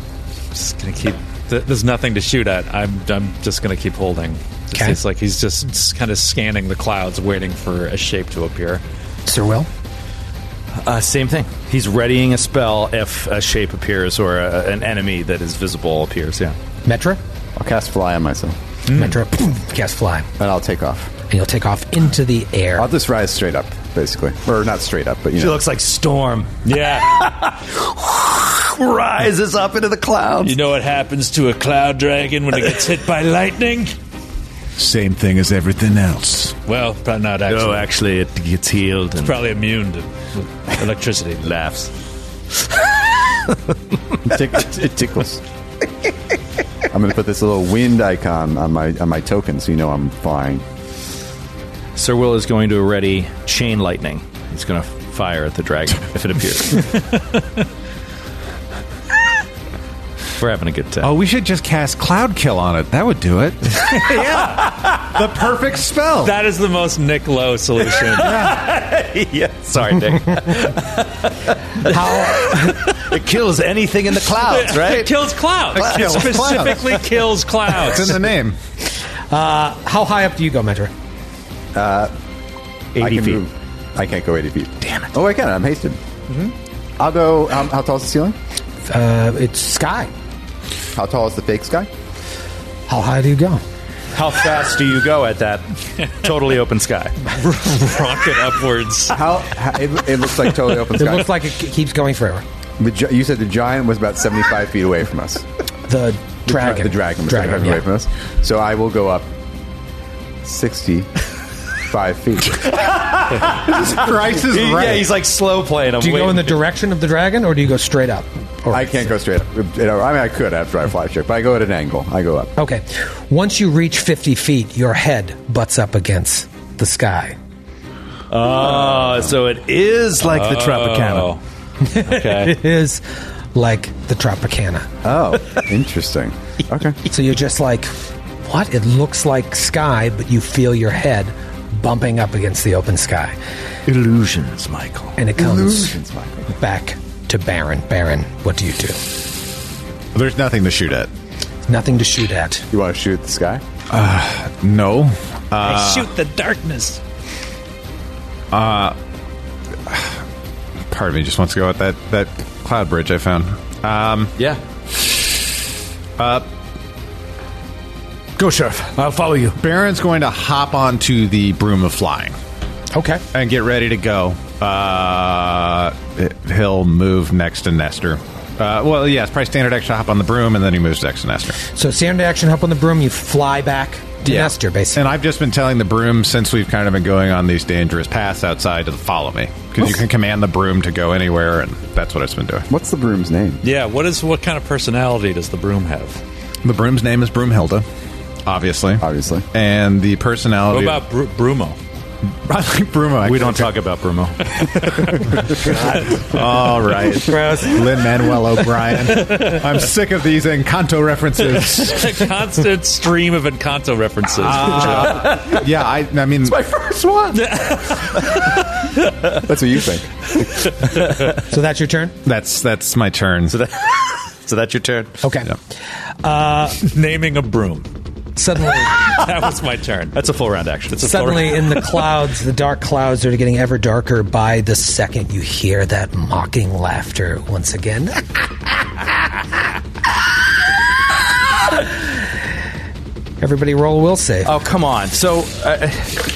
just gonna keep. th- There's nothing to shoot at. I'm. I'm just gonna keep holding. It's- Okay. It's like he's just kind of scanning the clouds, waiting for a shape to appear. Sir Will? Uh, same thing. He's readying a spell if a shape appears or a, an enemy that is visible appears. Yeah. Metra? I'll cast fly on myself, Hmm. Metra, cast fly. and I'll take off. And you'll take off into the air. I'll just rise straight up, basically, or not straight up, but you She know. looks like Storm. Yeah. Rises up into the clouds. you know what happens to a cloud dragon when it gets hit by lightning? Same thing as everything else. Well, probably not actually. No, actually, it gets healed and Probably immune to electricity. laughs. It, tick- it tickles. I'm going to put this little wind icon on my on my token, so you know I'm flying. Sir Will is going to ready chain lightning. He's going to fire at the dragon if it appears. We're having a good time. Oh, we should just cast Cloud Kill on it. That would do it. yeah, the perfect spell. That is the most Nick Lowe solution. yeah. Sorry, Dick. it kills anything in the clouds, It kills clouds. It kills it specifically kills clouds. It's in the name. How high up do you go, Metra? 80 I can feet. move- I can't go 80 feet. Damn it! Oh, I can. I'm hasted. I'll go. Um, how tall is the ceiling? Uh, it's sky. How tall is the fake sky? How high do you go? How fast do you go at that totally open sky? Rocket upwards. How, how it, it looks like totally open It sky. looks like it k- keeps going forever. The gi- you said the giant was about 75 feet away from us. The The dra- The dragon dragon. was 75 feet yeah. away from us. So I will go up 65 feet. Oh, Price is He- right. Yeah, he's like slow playing. I'm Do you go in waiting. the direction of the dragon, or do you go straight up? Or- I can't go straight up. You know, I mean, I could after I fly check, but I go at an angle. I go up. Okay. Once you reach 50 feet, your head butts up against the sky. Oh, so it is like the Tropicana. Okay. It is like the Tropicana. Oh, interesting. Okay. So you're just like, what? It looks like sky, but you feel your head bumping up against the open sky. Illusions, Michael. And it comes back to Baron. Baron, what do you do? There's nothing to shoot at. Nothing to shoot at. You want to shoot the sky? No. I shoot the darkness. Part of me just wants to go at that, that cloud bridge I found. Um, Yeah. Uh, Go, Sheriff. I'll follow you. Baron's going to hop onto the broom of flying Okay. and get ready to go. Uh, it- he'll move next to Nestor. Uh, well, yeah, it's probably standard action hop on the broom, and then he moves next to Nestor. So standard action, hop on the broom, you fly back to Yeah. Nestor, basically. And I've just been telling the broom since we've kind of been going on these dangerous paths outside to follow me because you can command the broom to go anywhere, and that's what it's been doing. What's the broom's name? Yeah. What is? What kind of personality does the broom have? The broom's name is Broomhilda, obviously, Obviously. and the What personality. about Bru- Brumo? I like Bruma. We don't talk about Brumo. All right, Lin Manuel O'Brien. I'm sick of these Encanto references. A constant stream of Encanto references. Ah. yeah, I, I mean, First one. That's what you think. so that's your turn? that's that's my turn. So that's your turn. Okay. Yeah. Naming a broom. Suddenly, that was my turn. That's a full round action. It's a full suddenly round. in the clouds, the dark clouds are getting ever darker by the second you hear that mocking laughter once again. Everybody roll a will save. Oh, come on. So, uh,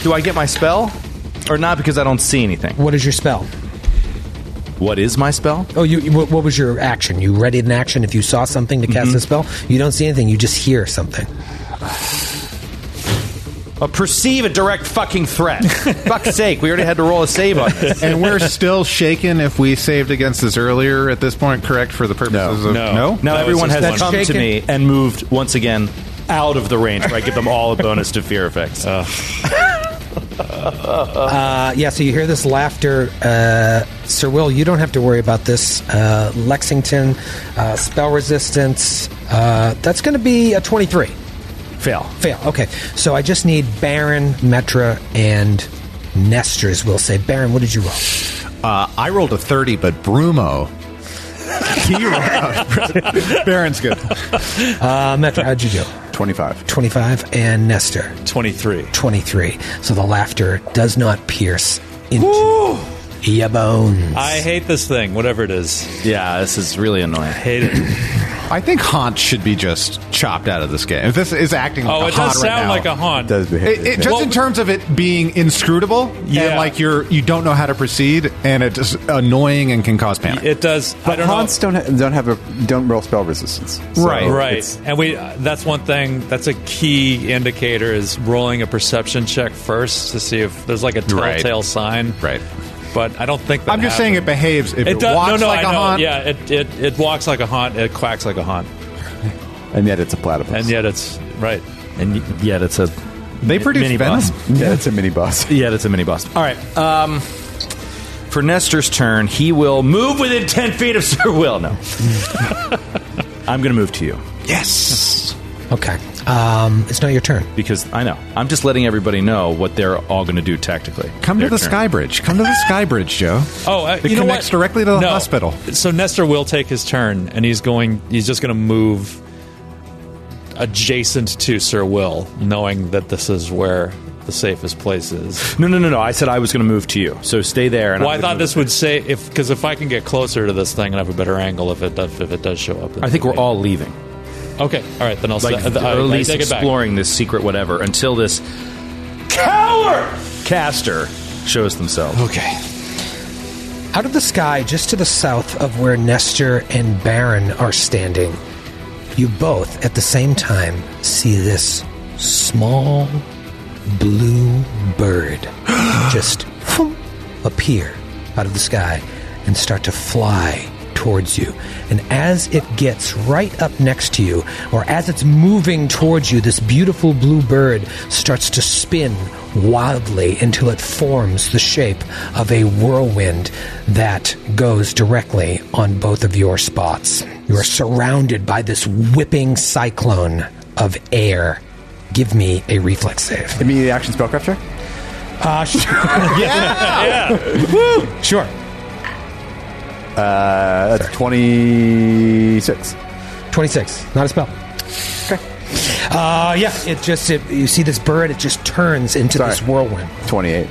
do I get my spell or not? Because I don't see anything. What is your spell? What is my spell? Oh, you. you- What what was your action? You readied an action. If you saw something to cast Mm-hmm. a spell, you don't see anything. You just hear something. Uh, perceive a direct fucking threat. Fuck's sake, we already had to roll a save on this. and we're still shaken if we saved against this earlier at this point, correct? For the purposes of No. no, Now That was everyone just has one. come to Shaken. me and moved once again out of the range where I give them all a bonus to fear effects. Uh, yeah, so you hear this laughter. Uh, Sir Will, you don't have to worry about this. Uh, Lexington, uh, spell resistance. Uh, that's going to be a 23. Fail. Fail. Okay. So I just need Baron, Metra, and Nestor's will say. Baron, what did you roll? Uh, I rolled a thirty, but Brumo. he rolled. Baron's good. Uh, Metra, how'd you do? 25. 25. And Nestor, 23. 23. So the laughter does not pierce into your bones. I hate this thing, whatever it is. Yeah, this is really annoying. Hate it. I think Haunt should be just chopped out of this game. If this is acting like Oh, a it Haunt does right sound now- like a haunt. Does behave. It, it, just in terms of it being inscrutable and Yeah. like you're you don't know how to proceed and it's just annoying and can cause panic. It does. I don't know. Haunts don't ha- don't have a don't roll spell resistance. So Right. Right, it's- and we—that's one thing. That's a key indicator is rolling a perception check first to see if there's like a Right. telltale sign. Right. But I don't think that I'm just saying it happened. behaves if it, It does. walks no, no, like I a know. haunt. Yeah, it, it it walks like a haunt. It quacks like a haunt, and yet it's a platypus. and yet it's right. And yet it's a They produce mini venom. boss. yeah, it's a mini boss. Yeah, it's a mini boss. All right. Um, for Nestor's turn, he will move within ten feet of Sir Will. No, I'm going to move to you okay. Um, it's not your turn. because I know I'm just letting everybody know what they're all going to do tactically. Come to Their the turn. sky bridge. Come to the sky bridge, Joe. Oh, uh, it you know connects what? directly to the No. hospital. So Nestor will take his turn, and he's going. He's just going to move adjacent to Sir Will, knowing that this is where the safest place is. No, no, no, no. I said I was going to move to you, so stay there. And Well, I'm I gonna thought move- this would say if because if I can get closer to this thing and have a better angle, if it does, if it does show up, then I think we're all leaving, okay. All right, then I'll like say, I- I, or at least I uh, take it back. exploring this secret whatever until this coward caster shows themselves. Okay, Out of the sky, just to the south of where Nestor and Baron are standing, you both at the same time see this small blue bird just phoom, appear out of the sky and start to fly towards you. And as it gets right up next to you, or as it's moving towards you, this beautiful blue bird starts to spin wildly until it forms the shape of a whirlwind that goes directly on both of your spots. You are surrounded by this whipping cyclone of air. Give me a reflex save. Immediate action spellcraft check. Uh, sure. Sure. Uh, that's twenty six. 26. Not a spell. Uh, yeah, it just, it, you see this bird, it just turns into Sorry. this whirlwind. Twenty eight.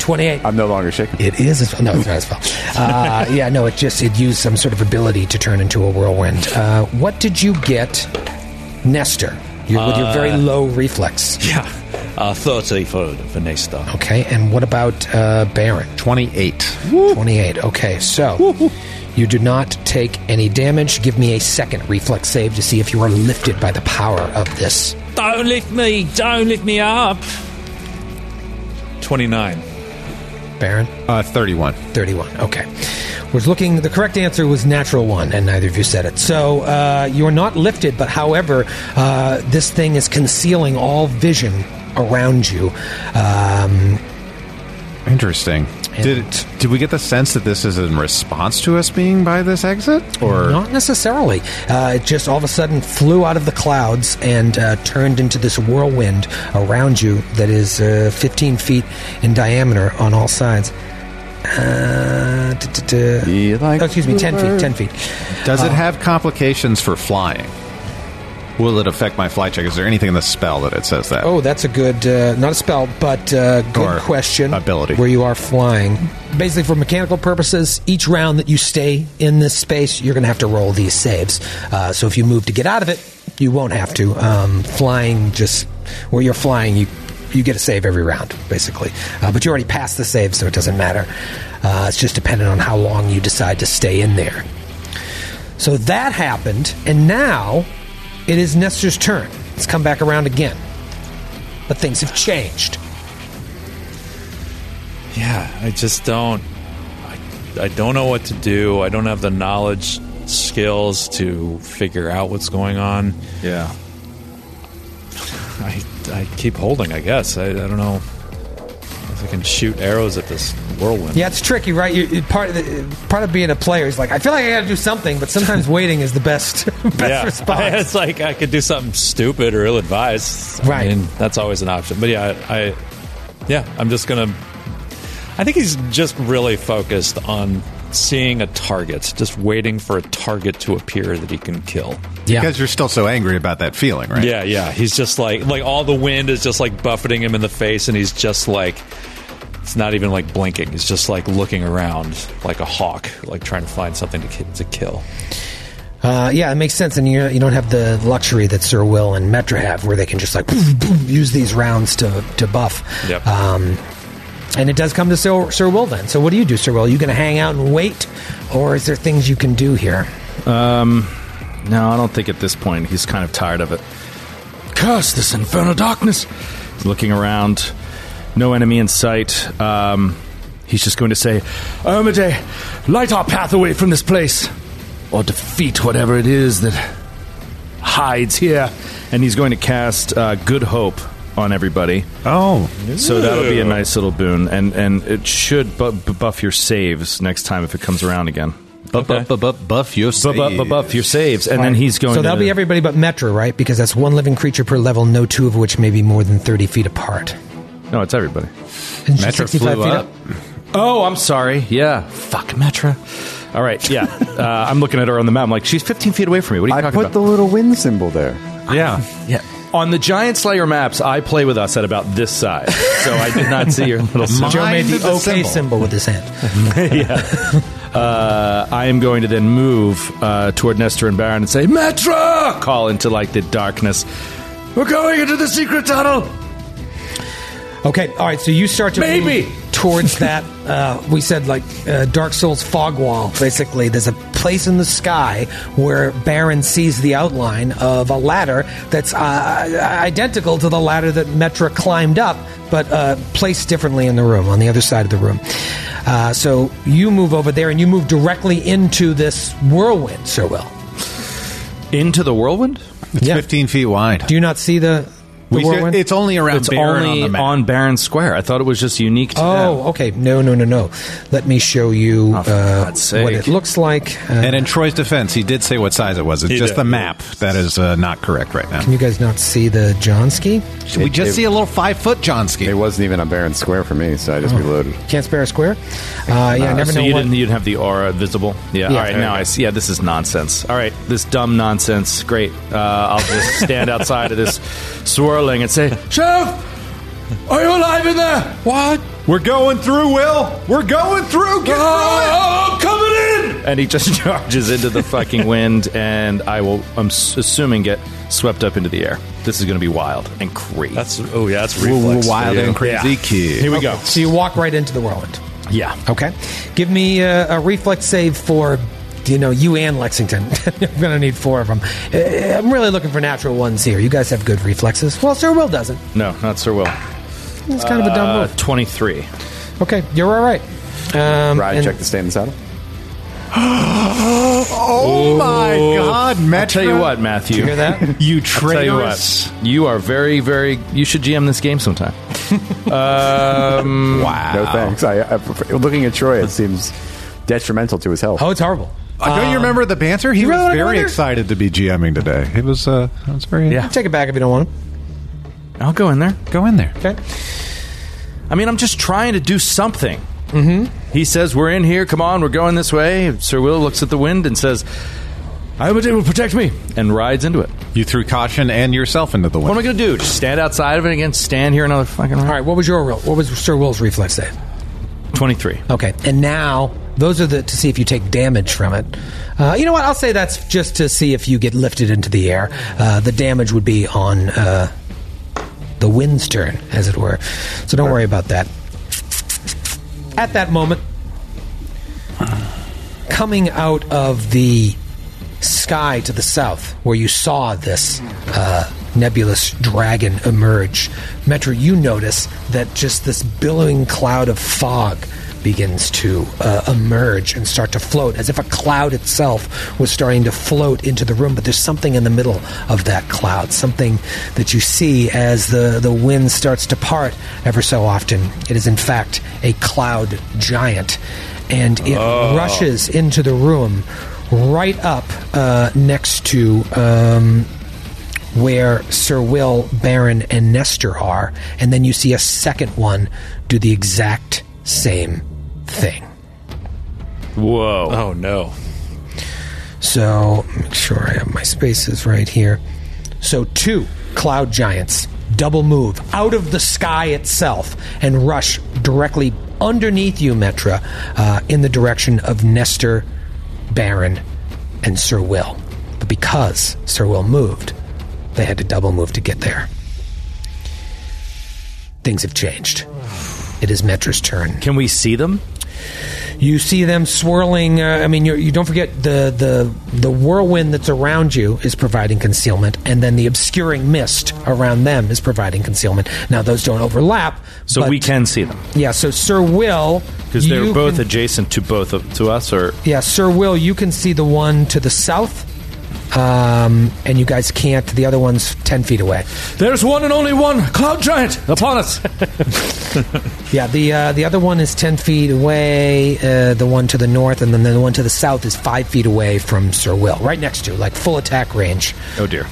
28. I'm no longer shaking. it is a spell. No, it's not a spell. Uh, yeah, no, it just, it used some sort of ability to turn into a whirlwind. Uh, what did you get, Nestor? Your, with your very low reflex. yeah, uh, thirty for for Nestor. Okay, and what about uh, Baron? Twenty eight. 28. Okay, so you do not take any damage. Give me a second reflex save to see if you are lifted by the power of this. Don't lift me! Don't lift me up! 29. Baron, Uh, Thirty one. 31. Okay. Was looking, the correct answer was natural one, and neither of you said it. So uh, you're not lifted, but however, uh, this thing is concealing all vision around you. Um, Interesting. Did did we get the sense that this is in response to us being by this exit, or Not necessarily. Uh, it just all of a sudden flew out of the clouds and uh, turned into this whirlwind around you that is uh, 15 feet in diameter on all sides. Uh, duh, duh, duh. Be like oh, excuse me, 10 feet, 10 feet. does it have complications for flying? Will it affect my fly check? Is there anything in the spell that it says that? Oh, that's a good, uh, not a spell, but uh, good Or question. ability. Where you are flying. Basically, for mechanical purposes, each round that you stay in this space, you're going to have to roll these saves. Uh, so if you move to get out of it, you won't have to. Um, flying, just where you're flying, you you get a save every round, basically. Uh, but you already passed the save, so it doesn't matter. Uh, it's just dependent on how long you decide to stay in there. So that happened, and now it is Nestor's turn. It's come back around again. But things have changed. Yeah, I just don't. I, I don't know what to do. I don't have the knowledge, skills to figure out what's going on. Yeah. I, I keep holding, I guess. I, I don't know if I can shoot arrows at this whirlwind. Yeah, it's tricky, right? You, you- part of the, part of being a player is like, I feel like I got to do something, but sometimes waiting is the best best response. it's like I could do something stupid or ill advised. Right. I mean, that's always an option. But yeah, I, I yeah, I'm just gonna. I think he's just really focused on seeing a target, just waiting for a target to appear that he can kill. Yeah, Because you're still so angry about that feeling, right? Yeah, yeah. He's just like like all the wind is just like buffeting him in the face, and he's just like it's not even like blinking. He's just like looking around like a hawk, like trying to find something to ki- to kill. uh, yeah, it makes sense, and you you don't have the luxury that Sir Will and Metra have, where they can just like boom, boom, use these rounds to to buff. Yep. Um, and it does come to Sir, Sir Will then. So what do you do, Sir Will? Are you going to hang out and wait, or is there things you can do here? No, I don't think at this point he's kind of tired of it. Curse this infernal darkness! He's looking around, no enemy in sight. Um, he's just going to say, Ermide, light our path away from this place, or defeat whatever it is that hides here. And he's going to cast uh, Good Hope on everybody. Oh, So that'll be a nice little boon, and and it should bu- bu- buff your saves next time if it comes around again. Buff, buff, buff, buff, buff your Bu- bu- bu- buff your saves, and then he's going. So that'll to, be everybody but Metra, right? Because that's one living creature per level, no two of which may be more than thirty feet apart. No, it's everybody. Isn't she Metra 65 flew feet up. Oh, I'm sorry. Yeah. Fuck Metra. All right. Yeah. uh, I'm looking at her on the map. I'm like, she's 15 feet away from me. What are you I talking put the about? little wind symbol there. yeah. Yeah. On the Giant Slayer maps, I play with us at about this size, so I did not see your little. symbol. Joe made Mind the the okay symbol. symbol. with his hand. Uh, I am going to then move uh, toward Nestor and Baron and say, Metra! Call into like the darkness. We're going into the secret tunnel. Okay, all right. So you start to Maybe. move towards that. Uh, we said like uh, Dark Souls fog wall. Basically, there's a place in the sky where Baron sees the outline of a ladder that's uh, identical to the ladder that Metra climbed up, but uh, placed differently in the room on the other side of the room. Uh, so you move over there and you move directly into this whirlwind, Sir Will. Into the whirlwind? It's Yeah. 15 feet wide. Do you not see the, the We should- whirlwind? it's only around It's Baron only on the on, map. Baron Square. I thought it was just unique to Oh, them. okay. No, no, no, no. Let me show you Oh, for uh, God's sake. what it looks like. Uh, and in Troy's defense, he did say what size it was. It's He just did. the map that is uh, not correct right now. can you guys not see the Johnski? we just see a little five foot It Johnski. wasn't even a barren square for me, so I Oh. just reloaded. Can't spare a square. Uh, yeah, I never so know you what. didn't you'd have the aura visible. Yeah. Yeah. All right. Now I see. Yeah, this is nonsense. All right, this dumb nonsense. Great. Uh, I'll just stand outside of this swirling and say, Chef, are you alive in there? What? We're going through, Will. We're going through. Get Oh, coming in! And he just charges into the fucking wind, and I will, I'm s- assuming, get swept up into the air. This is going to be wild and crazy. That's oh yeah, that's through reflex. it. for Wild you. and crazy kid. Here we go. So you walk right into the whirlwind. Yeah. Okay. Give me uh, a, a reflex save for, you know, you and Lexington. I'm going to need four of them. Uh, I'm really looking for natural ones here. You guys have good reflexes. Well, Sir Will doesn't. No, not Sir Will. It's kind of a dumb Uh, move. 23. Okay, you're all right. Um, Ride and- check to stay in the saddle. Oh my God, Metra. Tell you what, Matthew. you hear that? You I'll Tell you traitorous. what, you are very, very. You should GM this game sometime. um, wow. No thanks. I, I, looking at Troy, it seems detrimental to his health. Oh, it's horrible. Uh, don't you remember the banter? He really was wanna go very there? excited to be GMing today. It was, uh, it was very. Yeah. Take it back if you don't want them. I'll go in there. Go in there. Okay. I mean, I'm just trying to do something. Mm-hmm. He says, "We're in here. Come on, we're going this way." Sir Will looks at the wind and says, I hope it will protect me. And rides into it. You threw caution and yourself into the What am wind. I going to do? Just stand outside of it again? Stand here another fucking round? All right, what was your roll? What was Sir Will's reflex save? 23. Okay, and now those are the to see if you take damage from it. Uh, you know what? I'll say that's just to see if you get lifted into the air. Uh, the damage would be on uh, the wind's turn, as it were. So don't worry about that. At that moment, coming out of the sky to the south, where you saw this uh, nebulous dragon emerge, Metro, you notice that just this billowing cloud of fog begins to uh, emerge and start to float, as if a cloud itself was starting to float into the room. But there's something in the middle of that cloud, something that you see as the, the wind starts to part ever so often. It is, in fact, a cloud giant. And it rushes into the room right up uh, next to um, where Sir Will, Baron, and Nestor are, and then you see a second one do the exact same thing. Whoa. Oh no. So make sure I have my spaces right here. So two cloud giants double move out of the sky itself and rush directly underneath you, Metra, uh, in the direction of Nestor, Baron, and Sir Will. But because Sir Will moved, they had to double move to get there. Things have changed. It is Metra's turn. Can we see them? You see them swirling. Uh, I mean, you, you don't forget the, the the whirlwind that's around you is providing concealment, and then the obscuring mist around them is providing concealment. Now those don't overlap, So but- we can see them. Yeah, so Sir Will, Because they're you both can- adjacent to both of to us or yeah, Sir Will, you can see the one to the south, um, and you guys can't. The other one's ten feet away. There's one and only one cloud giant upon us. Yeah, the uh, the other one is ten feet away. Uh, the one to the north, and then the one to the south is five feet away from Sir Will, right next to, like full attack range. Oh dear.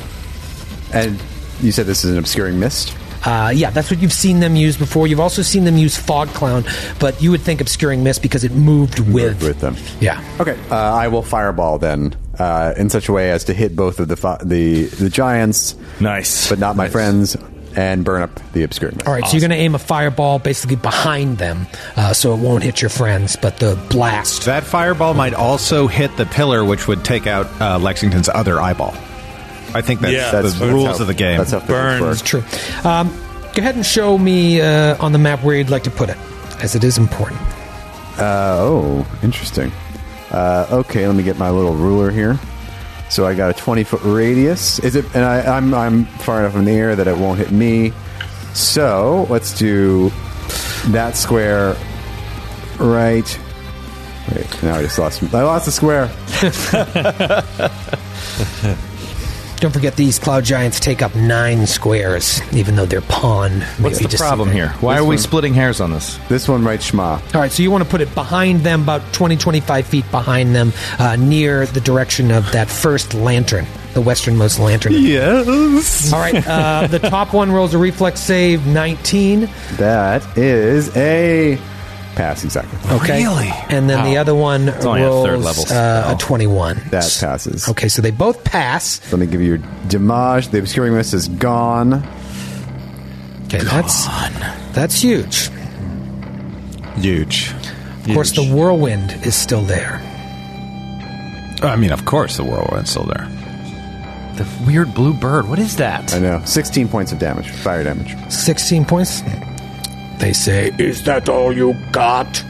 And you said this is an obscuring mist? Uh, yeah, that's what you've seen them use before. You've also seen them use Fog Clown, but you would think Obscuring Mist because it moved with. With them. Yeah. Okay, uh, I will fireball then uh, in such a way as to hit both of the fi- the the giants, nice. but not my friends, and burn up the obscuring mist. All right, so you're going to aim a fireball basically behind them, uh, so it won't hit your friends, but the blast. That fireball might also hit the pillar, which would take out uh, Lexington's other eyeball. I think that's Yeah, the that's- that's rules how- of the game. That's how things Burns. work. True. Um, go ahead and show me uh, on the map where you'd like to put it, as it is important. Oh, interesting. Uh, okay, let me get my little ruler here. So I got a 20 foot radius. Is it? And I, I'm I'm far enough in the air that it won't hit me. So let's do that square. Right. Wait, now I just lost. I lost the square. Don't forget these cloud giants take up nine squares, even though they're pawn. What's Maybe the just- problem here? Why This are we one. splitting hairs on this? This one right, Shma. All right, so you want to put it behind them, about 20, 25 feet behind them, uh, near the direction of that first lantern, the westernmost lantern. yes. All right, uh, the top one rolls a reflex save, 19. That is a pass exactly. Okay. Really? And then the Wow. other one only a rolls third level uh, spell. a 21. That passes. Okay, so they both pass. Let me give you damage. The obscuring mist is gone. Okay, that's that's huge. Huge. Of course, the whirlwind is still there. I mean, of course, the whirlwind's still there. The weird blue bird. What is that? I know. 16 points of damage. Fire damage. 16 points. They say, Is that all you got?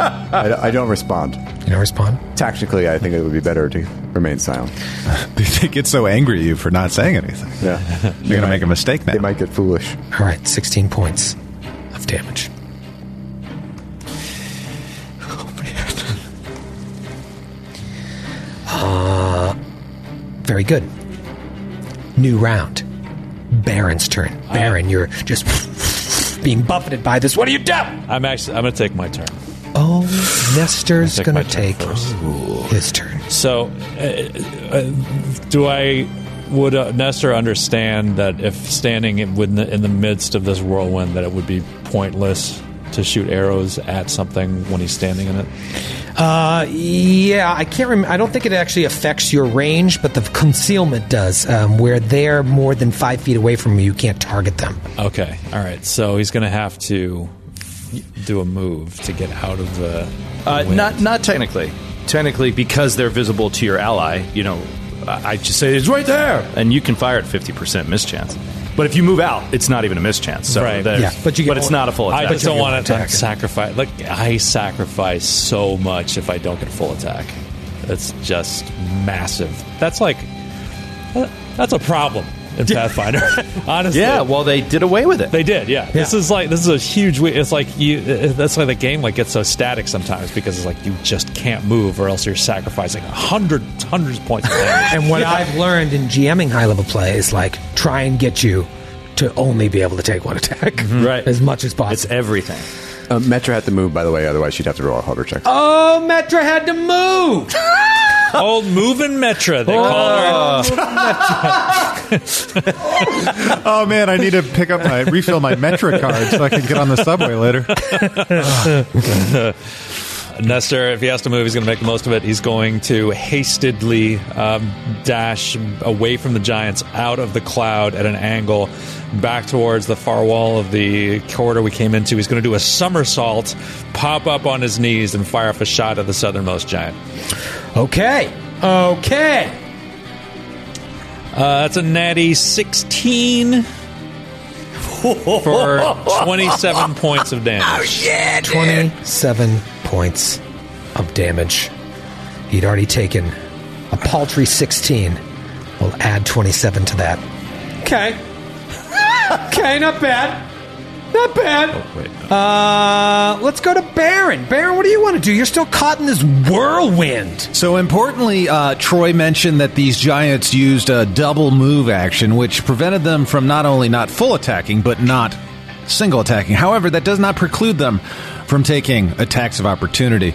I, I don't respond. You don't respond. Tactically, I think it would be better to remain silent. They get so angry at you for not saying anything. Yeah. You're going to make a mistake now. they might get foolish. All right, 16 points of damage. Uh, very good. New round. Baron's turn. Baron, you're just being buffeted by this. What do you do? I'm actually I'm gonna take my turn. Oh, Nestor's I'll take going my to turn take first. his turn. So, uh, uh, do I would uh, Nestor understand that if standing in, within the, in the midst of this whirlwind, that it would be pointless to shoot arrows at something when he's standing in it? Uh, yeah, I can't remember. I don't think it actually affects your range, but the concealment does. Um, where they're more than five feet away from you, you can't target them. Okay, all right. So he's going to have to do a move to get out of the. Uh, not not technically. Technically, because they're visible to your ally, you know, I I just say it's right there, and you can fire at fifty percent mischance. But if you move out, it's not even a mischance. So Right. there's- Yeah, but, it's not a full attack. I just don't want to sacrifice. Like I sacrifice so much if I don't get a full attack. That's just massive. That's like that- that's a problem in Pathfinder. Honestly, Yeah, well, they did away with it. They did. Yeah. this is like this is a huge. we- It's like you. uh, That's why the game like gets so static sometimes because it's like you just can't move or else you're sacrificing hundreds hundreds of points. Of damage. And what I've learned in GMing high level play is like try and get you to only be able to take one attack, Mm-hmm. Right. As much as possible. everything. Uh, Metro had to move, by the way, otherwise she'd have to roll a hover check. Oh, Metra had to move. Old moving Metra, they call her. Oh man, I need to pick up my refill my Metra card so I can get on the subway later. Nestor, if he has to move, he's going to make the most of it. He's going to hastily um, dash away from the giants, out of the cloud at an angle, back towards the far wall of the corridor we came into. He's going to do a somersault, pop up on his knees, and fire off a shot at the southernmost giant. Okay. Oh, Okay. Uh, that's a natty 16 for 27 points of Oh, damage. 27 points of damage. He'd already taken a paltry 16. We'll add 27 to that. Okay. okay, not bad. Not bad. Uh, let's go to Baron. Baron, what do you want to do? You're still caught in this whirlwind. So importantly, uh, Troy mentioned that these giants used a double move action, which prevented them from not only not full attacking, but not single attacking. However, that does not preclude them from taking attacks of opportunity.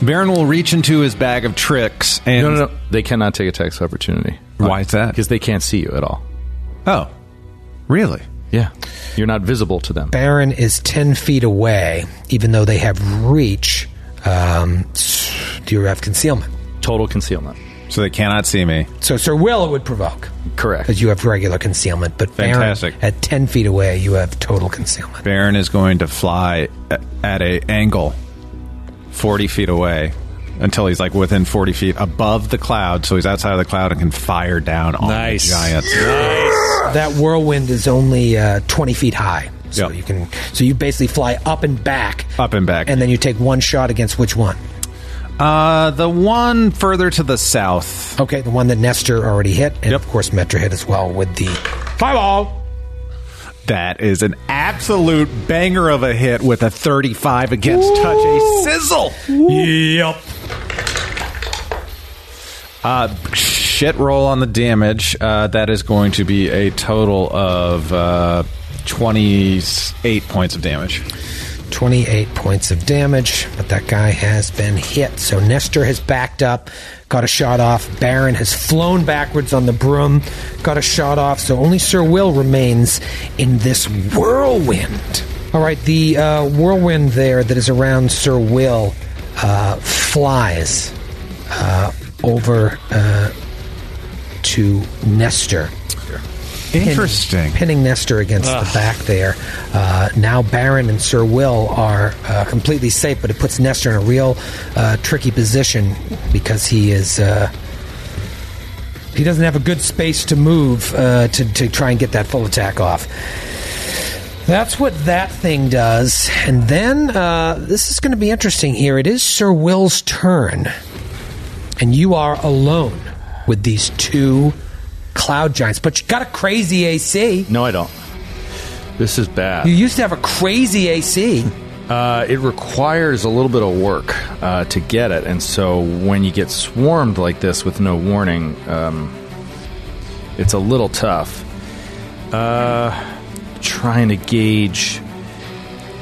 Baron will reach into his bag of tricks and. No, no, no. They cannot take attacks of opportunity. Why is that? Because they can't see you at all. Oh, really? Yeah. You're not visible to them. Baron is 10 feet away, even though they have reach. Um, do you have concealment? Total concealment. So they cannot see me. So Sir Will it would provoke. Correct. Because you have regular concealment, but Baron, Fantastic. at 10 feet away, you have total concealment. Baron is going to fly a- at a angle 40 feet away until he's like within 40 feet above the cloud so he's outside of the cloud and can fire down on Nice. the giants That whirlwind is only uh, 20 feet high. So Yeah. you can so you basically fly up and back. Up and back. And then you take one shot against which one? uh, the one further to the south Okay, the one that Nestor already hit and of course Metro hit as well with the fireball. that is an absolute banger of a hit with a 35 against touch a sizzle Yep. Uh, shit roll on the damage uh, that is going to be a total of uh, 28 points of damage 28 points of damage, but that guy has been hit. So Nestor has backed up, got a shot off. Baron has flown backwards on the broom, got a shot off. So only Sir Will remains in this whirlwind. All right, the uh, whirlwind there that is around Sir Will uh, flies uh, over uh, to Nestor Interesting. pinning Nestor against the back there. Uh, now Baron and Sir Will are uh, completely safe, but it puts Nestor in a real uh, tricky position because he is. Uh, he doesn't have a good space to move uh, to, to try and get that full attack off. That's what that thing does. And then uh, this is going to be interesting here. It is Sir Will's turn. And you are alone with these two cloud giants. But you got a crazy AC. No, I don't. This is bad. You used to have a crazy AC. Uh, it requires a little bit of work uh, to get it, and so when you get swarmed like this with no warning, um, it's a little tough. Uh, trying to gauge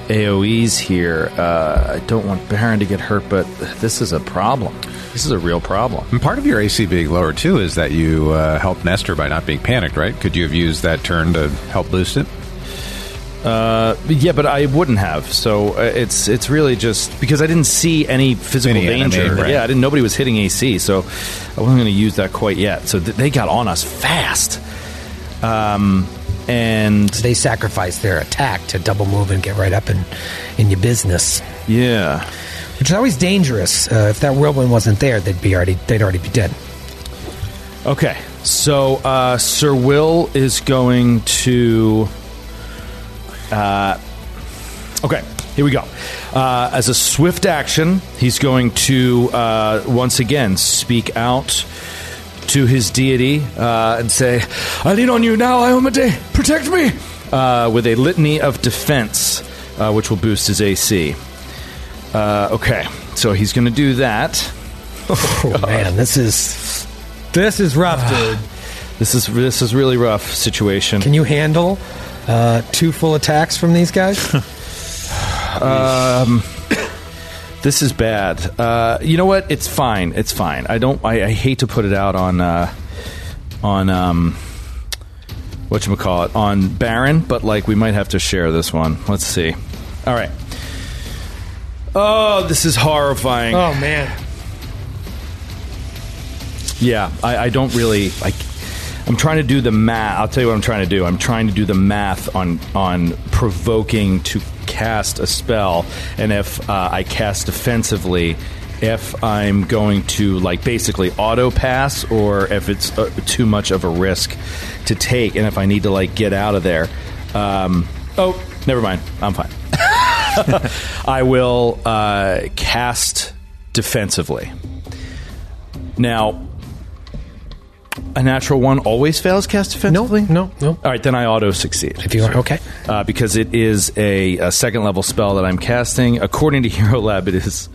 AOE's here. Uh, I don't want Baron to get hurt, but this is a problem. This is a real problem. And part of your AC being lower too is that you uh, helped Nestor by not being panicked, right? Could you have used that turn to help boost it? Uh, yeah, but I wouldn't have. So uh, it's it's really just because I didn't see any physical Any enemy, danger. right. Yeah, I didn't. Nobody was hitting AC, so I wasn't going to use that quite yet. So th- they got on us fast, um, and they sacrificed their attack to double move and get right up in, in your business. Yeah, which is always dangerous. Uh, if that whirlwind wasn't there, they'd be already they'd already be dead. Okay, so uh, Sir Will is going to. Uh, okay, here we go. Uh, as a swift action, he's going to uh, once again speak out to his deity uh, and say, I lean on you now, Iomade, protect me! Uh, with a litany of defense, uh, which will boost his AC. Uh, okay, so he's going to do that. Oh, man, this is this is rough, dude. This is this is really rough situation. Can you handle uh, two full attacks from these guys? Um, this is bad. Uh, you know what? It's fine. It's fine. I don't. I, I hate to put it out on uh, on um, what you call it on Baron, but like we might have to share this one. Let's see. All right. Oh, this is horrifying. Oh man. Yeah, I, I don't really like. I'm trying to do the math. I'll tell you what I'm trying to do. I'm trying to do the math on on provoking to cast a spell, and if uh, I cast defensively, if I'm going to like basically auto pass, or if it's uh, too much of a risk to take, and if I need to like get out of there. Um, oh, never mind. I'm fine. I will uh, cast defensively. Now, a natural one always fails cast defensively? No, no, no. All right, then I auto succeed. If you are okay. Uh, because it is a, a second level spell that I'm casting. According to Hero Lab, it is.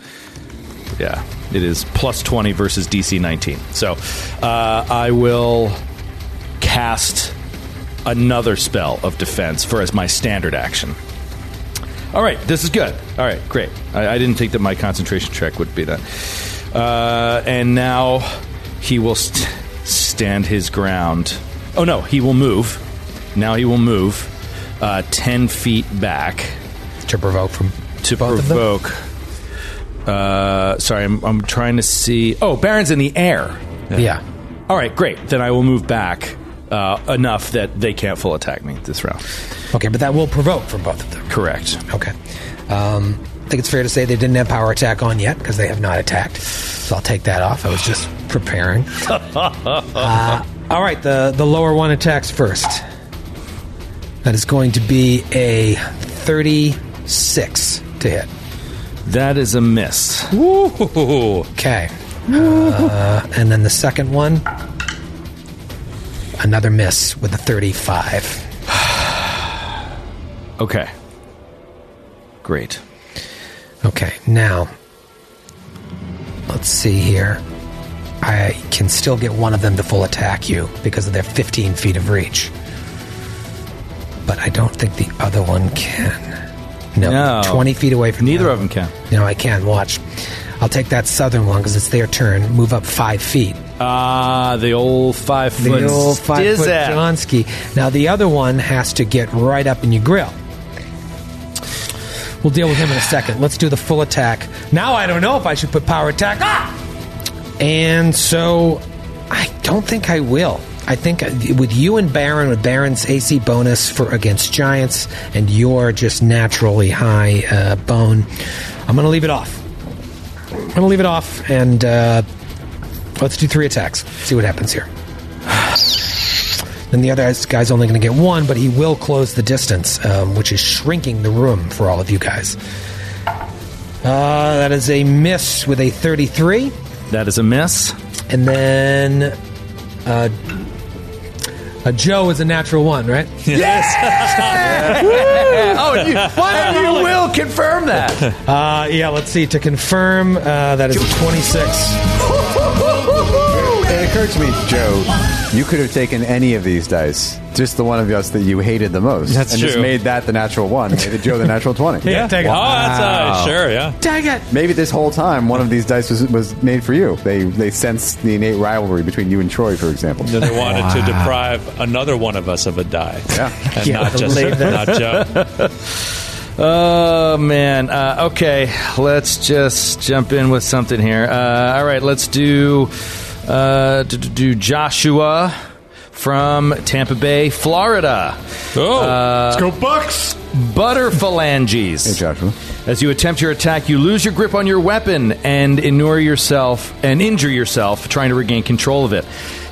Yeah, it is plus 20 versus DC 19. So uh, I will cast another spell of defense for as my standard action. All right, this is good. All right, great. I, I didn't think that my concentration check would be that. Uh, and now he will st- stand his ground. Oh no, he will move. Now he will move uh, ten feet back to provoke from to provoke. Uh, sorry, I'm, I'm trying to see. Oh, Baron's in the air. Yeah. All right, great. Then I will move back uh, enough that they can't full attack me this round. Okay, but that will provoke from both of them. Correct. Okay. Um, I think it's fair to say they didn't have power attack on yet because they have not attacked. So I'll take that off. I was just preparing. Uh, all right, the the lower one attacks first. That is going to be a thirty-six to hit. That is a miss. Okay, uh, and then the second one, another miss with a thirty-five. Okay. Great. Okay, now let's see here. I can still get one of them to full attack you because of their 15 feet of reach. But I don't think the other one can. No, No. 20 feet away from Neither of them can. No, I can. Watch. I'll take that southern one because it's their turn. Move up five feet. Ah, the old five The foot. old five foot stizza. Johnski. Now the other one has to get right up in your grill. We'll deal with him in a second. Let's do the full attack. Now I don't know if I should put power attack. Ah! And so I don't think I will. I think uh, with you and Baron, with Baron's AC bonus for against giants, and your just naturally high uh, bone, I'm going to leave it off. I'm going to leave it off, and uh, let's do three attacks. See what happens here. Then the other guy's only going to get one, but he will close the distance, um, which is shrinking the room for all of you guys. Uh, that is a miss with a 33. That is a miss. And then uh, a Joe is a natural one, right? Yes. Oh, you- why don't you will confirm that? Uh, yeah, let's see. To confirm, uh, that is a 26. occurred to me, Joe, you could have taken any of these dice, just the one of us that you hated the most. That's and just true. made that the natural one, and made Joe the natural 20. Yeah, take it. Oh, that's, uh, sure, yeah. Dang it! Maybe this whole time, one of these dice was, was made for you. They they sensed the innate rivalry between you and Troy, for example. That they wanted to deprive another one of us of a die. Yeah. And Yeah, not just believe not that. Joe. Oh man. Uh, okay, let's just jump in with something here. Uh, all right, let's do uh, do, do- do Joshua from Tampa Bay, Florida. Oh, let's go Bucks! Butter phalanges. Hey Joshua. As you attempt your attack, you lose your grip on your weapon and inure yourself and injure yourself trying to regain control of it.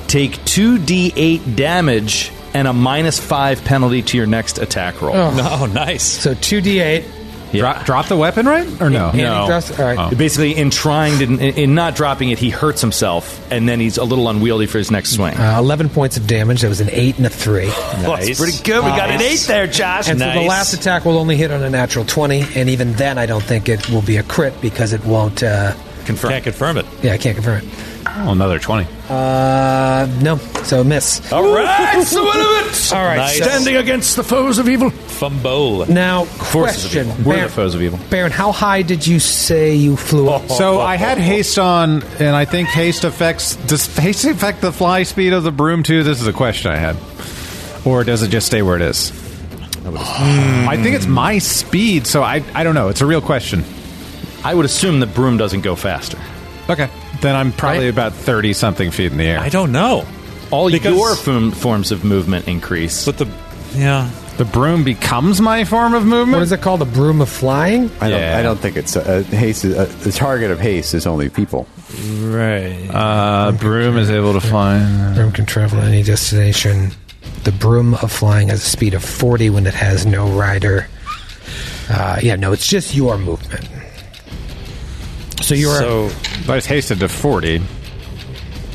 Take 2d8 damage and a minus 5 penalty to your next attack roll. Oh, nice. So 2d8. Drop, drop the weapon, right? Or no? And he no. drops- all right. Oh. Basically, in trying to, in, in not dropping it, he hurts himself, and then he's a little unwieldy for his next swing. Uh, 11 points of damage. That was an 8 and a 3. Nice. pretty good. We got an eight there, Josh. And so the Nice. last attack will only hit on a natural 20, and even then I don't think it will be a crit because it won't... Uh, Confirm. Can't confirm it. yeah, I can't confirm it. Oh, another 20. Uh, no. So miss. All right, so what of it? All right. Nice. so- Standing against the foes of evil. Fumble. Now, Forces of question. evil. We're Baron- the foes of evil. Oh. Baron, how high did you say you flew up? So I had haste on, and I think haste affects. Does haste affect the fly speed of the broom too? This is a question I had. Or does it just stay where it is? I think it's my speed, so I I don't know. It's a real question. I would assume the broom doesn't go faster. Okay, then I'm probably about thirty something feet in the air. I don't know. All Because- your form, forms of movement increase. But the yeah, the broom becomes my form of movement. What is it called? The broom of flying? I don't, I don't think it's uh, haste. Is, uh, the target of haste is only people. Right. Uh, broom is able to fly. Broom can travel to any destination. The broom of flying has a speed of 40 when it has no rider. Uh, yeah, no, it's just your movement. So you're so I was hasted to forty.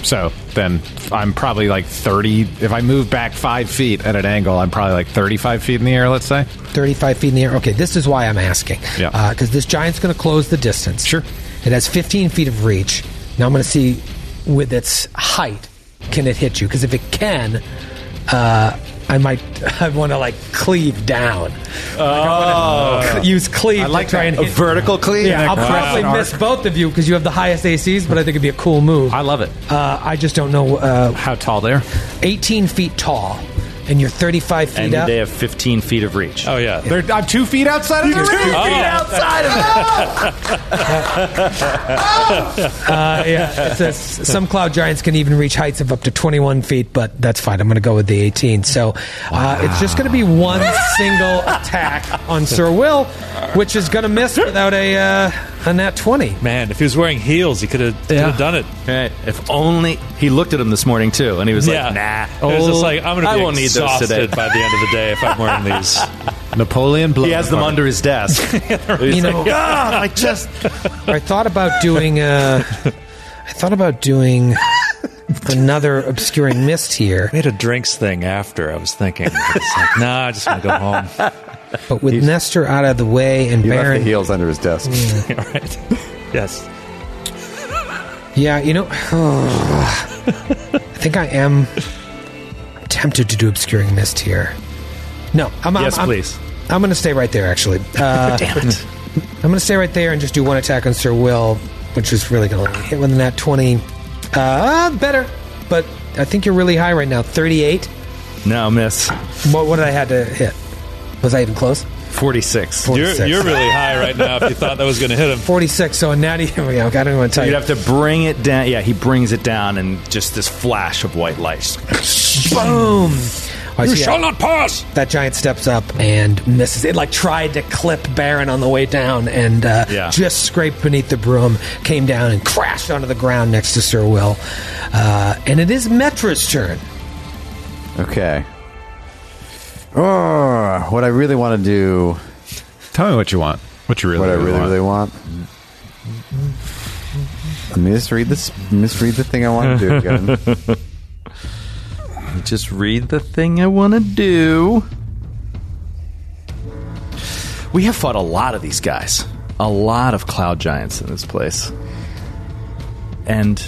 So then I'm probably like thirty. If I move back five feet at an angle, I'm probably like thirty-five feet in the air. Let's say. 35 feet in the air. Okay, this is why I'm asking. Yeah. Because this giant's going to close the distance. Sure. It has 15 feet of reach. Now I'm going to see with its height, can it hit you? Because if it can, uh, I might I want to like cleave down. Oh. use cleave I like to try that. and A hit. vertical cleave? Yeah, Yeah, I'll wow. probably Wow. miss both of you because you have the highest ACs, but I think it'd be a cool move. I love it. Uh, I just don't know uh, how tall they are. 18 feet tall, and you're 35 feet And up. they have 15 feet of reach. Oh, yeah. They're, I'm two feet outside of the Two ring. feet outside Uh, yeah, it says some cloud giants can even reach heights of up to 21 feet, but that's fine. I'm going to go with the 18. So uh, it's just going to be one single attack on Sir Will, which is going to miss without a uh, a nat 20. Man, if he was wearing heels, he could have Yeah. done it. Right. If only he looked at him this morning too, and he was Yeah. like, "Nah." It was just Oh, like, I'm gonna I be won't need those today. exhausted by the end of the day if I'm wearing these. Napoleon He has them under his desk. You know- God, I just I thought about doing. Uh, I thought about doing another obscuring mist here. I made a drinks thing after. I was thinking, it's like, nah, I just want to go home. But with Nestor out of the way and He left the Baron, heels under his desk. All right. Yes. yeah, you know, I think I am tempted to do obscuring mist here. No, I'm. I'm- Yes, I'm, please. I'm going to stay right there. Actually, uh, Damn it. I'm going to stay right there and just do one attack on Sir Will, which is really going to hit with that twenty. Uh, better, but I think you're really high right now. Thirty-eight. no miss. What, what did I had to hit? Was I even close? 46. You're, 46. you're really high right now if you thought that was going to hit him. 46. So a natty. Yeah, I don't even want to tell You'd you. have to bring it down. Yeah, he brings it down, and just this flash of white light. Boom! Oh, I see it. not pass. That giant steps up and misses. It like tried to clip Baron on the way down and uh, Yeah. just scraped beneath the broom, came down and crashed onto the ground next to Sir Will. Uh, and it is Metra's turn. Okay. Oh, what I really want to do. Tell me what you want. What you really, what I really really, want. really want. Misread this. Misread the thing I want to do again. Just read the thing I want to do. We have fought a lot of these guys, a lot of cloud giants in this place. And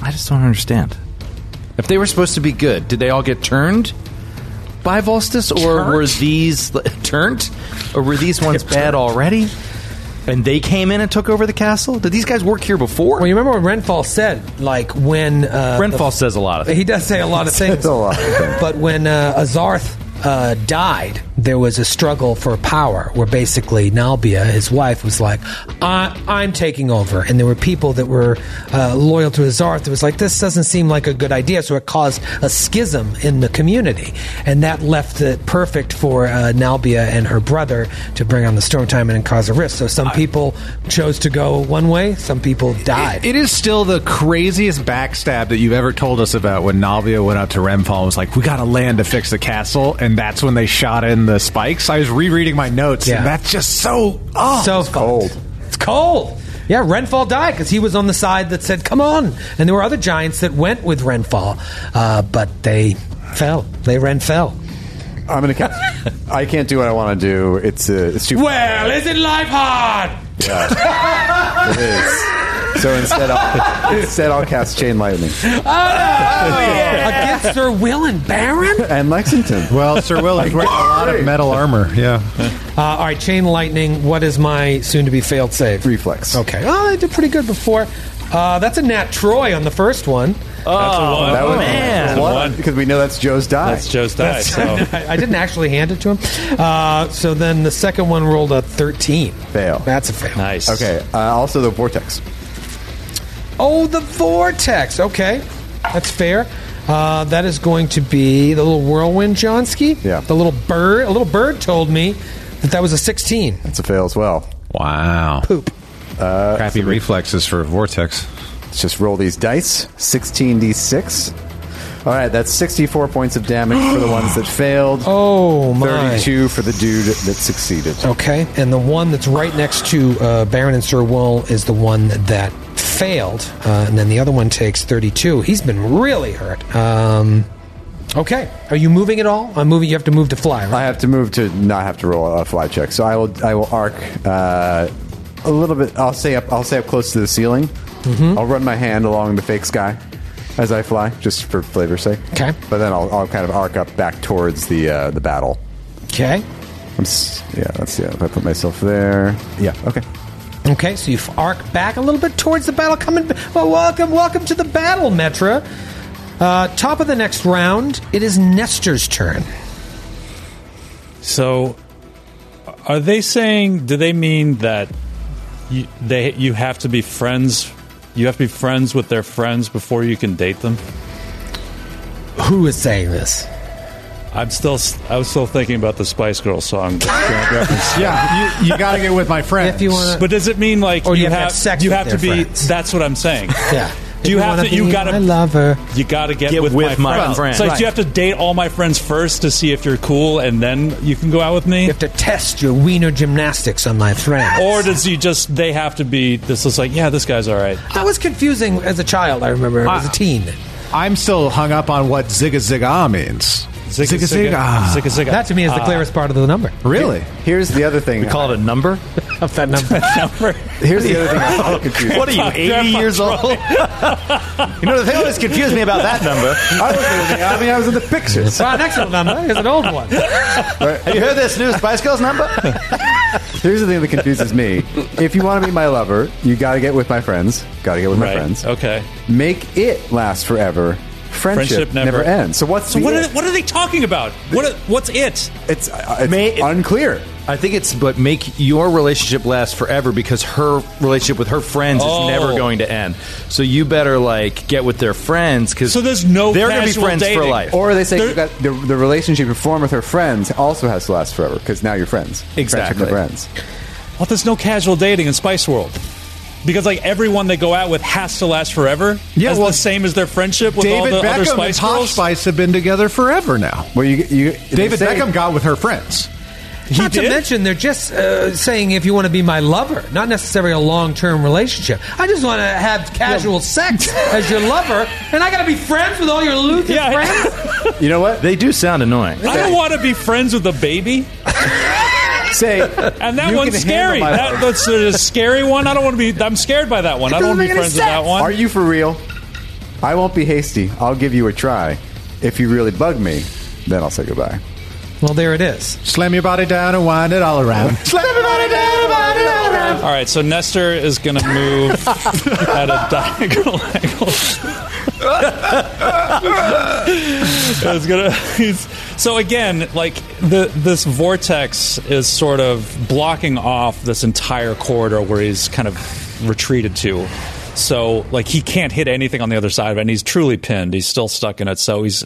I just don't understand. If they were supposed to be good, did they all get turned by Volstis, or were these turned, or were these ones bad already? And they came in and took over the castle. Did these guys work here before? Well, you remember what Renfall said, like when uh, Renfall the- says a lot of. He does say a lot of Says things. a lot of But when uh, Azarth uh, died, there was a struggle for power where basically Nalbia, his wife, was like, I- I'm taking over. And there were people that were uh, loyal to Azarth that was like, this doesn't seem like a good idea. So it caused a schism in the community. And that left it perfect for uh, Nalbia and her brother to bring on the storm time and cause a rift. So some people chose to go one way, some people died. It is still the craziest backstab that you've ever told us about when Nalvia went up to Remfall and was like, We got to land to fix the castle. And that's when they shot in the spikes. I was rereading my notes, Yeah. and that's just so. Oh, so cold. It's cold. Yeah, Renfall died because he was on the side that said, "Come on," and there were other giants that went with Renfall, uh, but they fell. They ran fell. I'm gonna. Ca- I can't do what I want to do. It's uh, it's too. Well, isn't life hard? Yeah, it is. So instead, I'll, instead I'll cast chain lightning against Sir Will and Baron. and Lexington. Well, Sir Will is wearing a lot of metal armor. Yeah. Uh, all right, chain lightning. What is my soon-to-be failed save? Reflex. Okay. Oh, I did pretty good before. Uh, that's a nat Troy on the first one. Oh, that was one, because we know that's Joe's die. That's Joe's Oh, That's- I didn't actually hand it to him. Uh, so then the second one rolled a 13. Fail. That's a fail. Nice. Okay. Uh, also the vortex. Oh, the vortex. Okay, that's fair. Uh, that is going to be the little whirlwind, Johnsky. Yeah. The little bird. A little bird told me that that was a sixteen. That's a fail as well. Wow. Poop. Uh, Crappy reflexes for vortex. Let's just roll these dice. 16d6. All right, that's 64 points of damage for the ones that failed. Oh my. 32 for the dude that succeeded. Okay, and the one that's right next to uh, Baron and Sir Wool is the one that failed, uh, and then the other one takes thirty-two. He's been really hurt. Um, okay, are you moving at all? I'm moving. You have to move to fly, right? I have to move to not have to roll a fly check. So I will I will arc uh, a little bit. I'll stay up. I'll stay up close to the ceiling. I'll run my hand along the fake sky as I fly, just for flavor's sake. Okay. But then I'll, I'll kind of arc up back towards the uh, the battle. Okay. I'm s- yeah. Let's see if I put myself there. Yeah. Okay. Okay, so you arc back a little bit towards the battle. Coming, well, welcome, welcome to the battle, Metra. Uh, top of the next round, it is Nestor's turn. So, are they saying? Do they mean that you, they you have to be friends? You have to be friends with their friends before you can date them. Who is saying this? I'm still I was still thinking about the Spice Girls song. That Grant referenced. Yeah, you, you got to get with my friends. If you wanna- But does it mean like Or you you have to have, have sex you with have their to be? friends. That's what I'm saying. Yeah. Do you, have to? You got I to. love her. You got to get, Get with, with my my, friends. friends. It's like, Right. do you have to date all my friends first to see if you're cool, and then you can go out with me? You have to test your wiener gymnastics on my friend. Or does he just? They have to be. This is like, yeah, this guy's all right. That was confusing as a child. I remember Ah. as a teen. I'm still hung up on what Zigga ah Zigga means. Zigga Zigga. Zigga Zigga. That to me is the clearest part of the number. Really? Here's the other thing. We call it a number. Of that number. Here's the other thing. I'm confused. What are you, 80 years old? you know, the thing that always confused me about that number. I was the I mean, I was in the pictures. Wow, an excellent number. Here's an old one. Have you heard this new Spice Girls number? Here's the thing that confuses me. If you want to be my lover, you got to get with my friends. Got to get with my Right. friends. Okay. Make it last forever. Friendship, never, ends. So what's So the what? Are, it? what are they talking about? What? Are, what's it? It's, uh, it's unclear. I think it's but make your relationship last forever because her relationship with her friends Oh. is never going to end. So you better like get with their friends because So there's no they're gonna be casual friends for dating. life. Or they say you got the, the relationship you form with her friends also has to last forever because now you're friends. Exactly. Friendship never ends. Well, there's no casual dating in Spice World. Because like everyone they go out with has to last forever. Yeah, As well, the same as their friendship with all David the other Beckham and Spice Posh Girls. Spice have been together forever now. Well, you, you David they say- Beckham got with her friends. not to mention, they're just uh, saying if you want to be my lover, not necessarily a long-term relationship. I just want to have casual sex as your lover, and I got to be friends with all your losing friends. You know what? They do sound annoying. I don't want to be friends with a baby. Say, and that you one's can handle scary. my That, life. that's a scary one. I don't want to be. I'm scared by that one. I don't want to be friends with that one. Are you for real? I won't be hasty. I'll give you a try. If you really bug me, then I'll say goodbye. Well, there it is. Slam your body down and wind it all around. All right, so Nestor is going to move at a diagonal angle. it's gonna. he's- so again, like the this vortex is sort of blocking off this entire corridor where he's kind of retreated to. So like he can't hit anything on the other side of it, and he's truly pinned. He's still stuck in it. So he's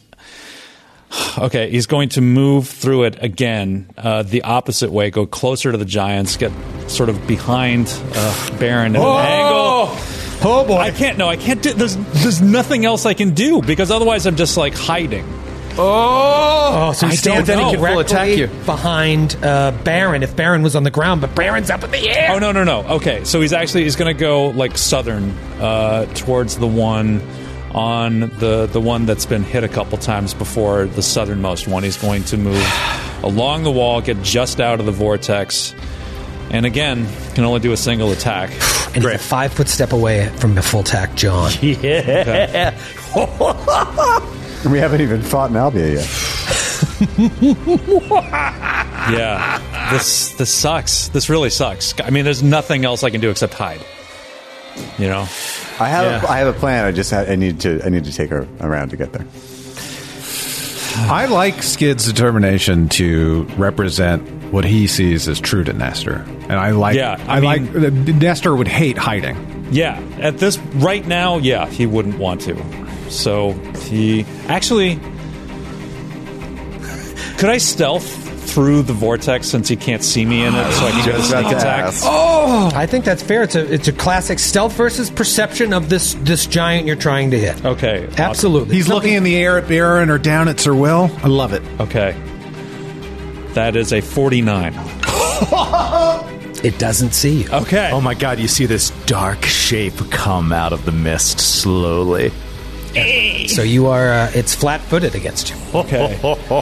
Okay, he's going to move through it again, uh, the opposite way, go closer to the Giants, get sort of behind uh, Baron at Oh! an angle. Oh boy! I can't. No, I can't do. There's there's nothing else I can do because otherwise I'm just like hiding. Oh, so I he stands don't know. directly behind uh, Baron if Baron was on the ground, but Baron's up in the air. Oh no no no. Okay, so he's actually he's going to go like southern uh, towards the one on the the one that's been hit a couple times before, the southernmost one. He's going to move along the wall, get just out of the vortex, and again can only do a single attack. And he's a five foot step away from the full tack John. Yeah. we haven't even fought in Albia yet. Yeah, this this sucks. This really sucks. I mean, there's nothing else I can do except hide. You know, I have Yeah. a, I have a plan. I just had, I need to I need to take her around to get there. I like Skid's determination to represent what he sees as true to Nestor, and I like. Yeah, I, I like. that Nestor would hate hiding. Yeah, at this right now, yeah, he wouldn't want to. So he actually could I stealth through the vortex since he can't see me in it, so I can get a Just sneak about to attack. ask. Oh, I think that's fair. It's a it's a classic stealth versus perception of this this giant you're trying to hit. Okay, absolutely. He's looking in the air at Baron or down at Sir Will. I love it. Okay, that is a forty-nine. It doesn't see you. Okay. Oh my god, you see this dark shape come out of the mist slowly. So you are uh, it's flat footed against you. Okay.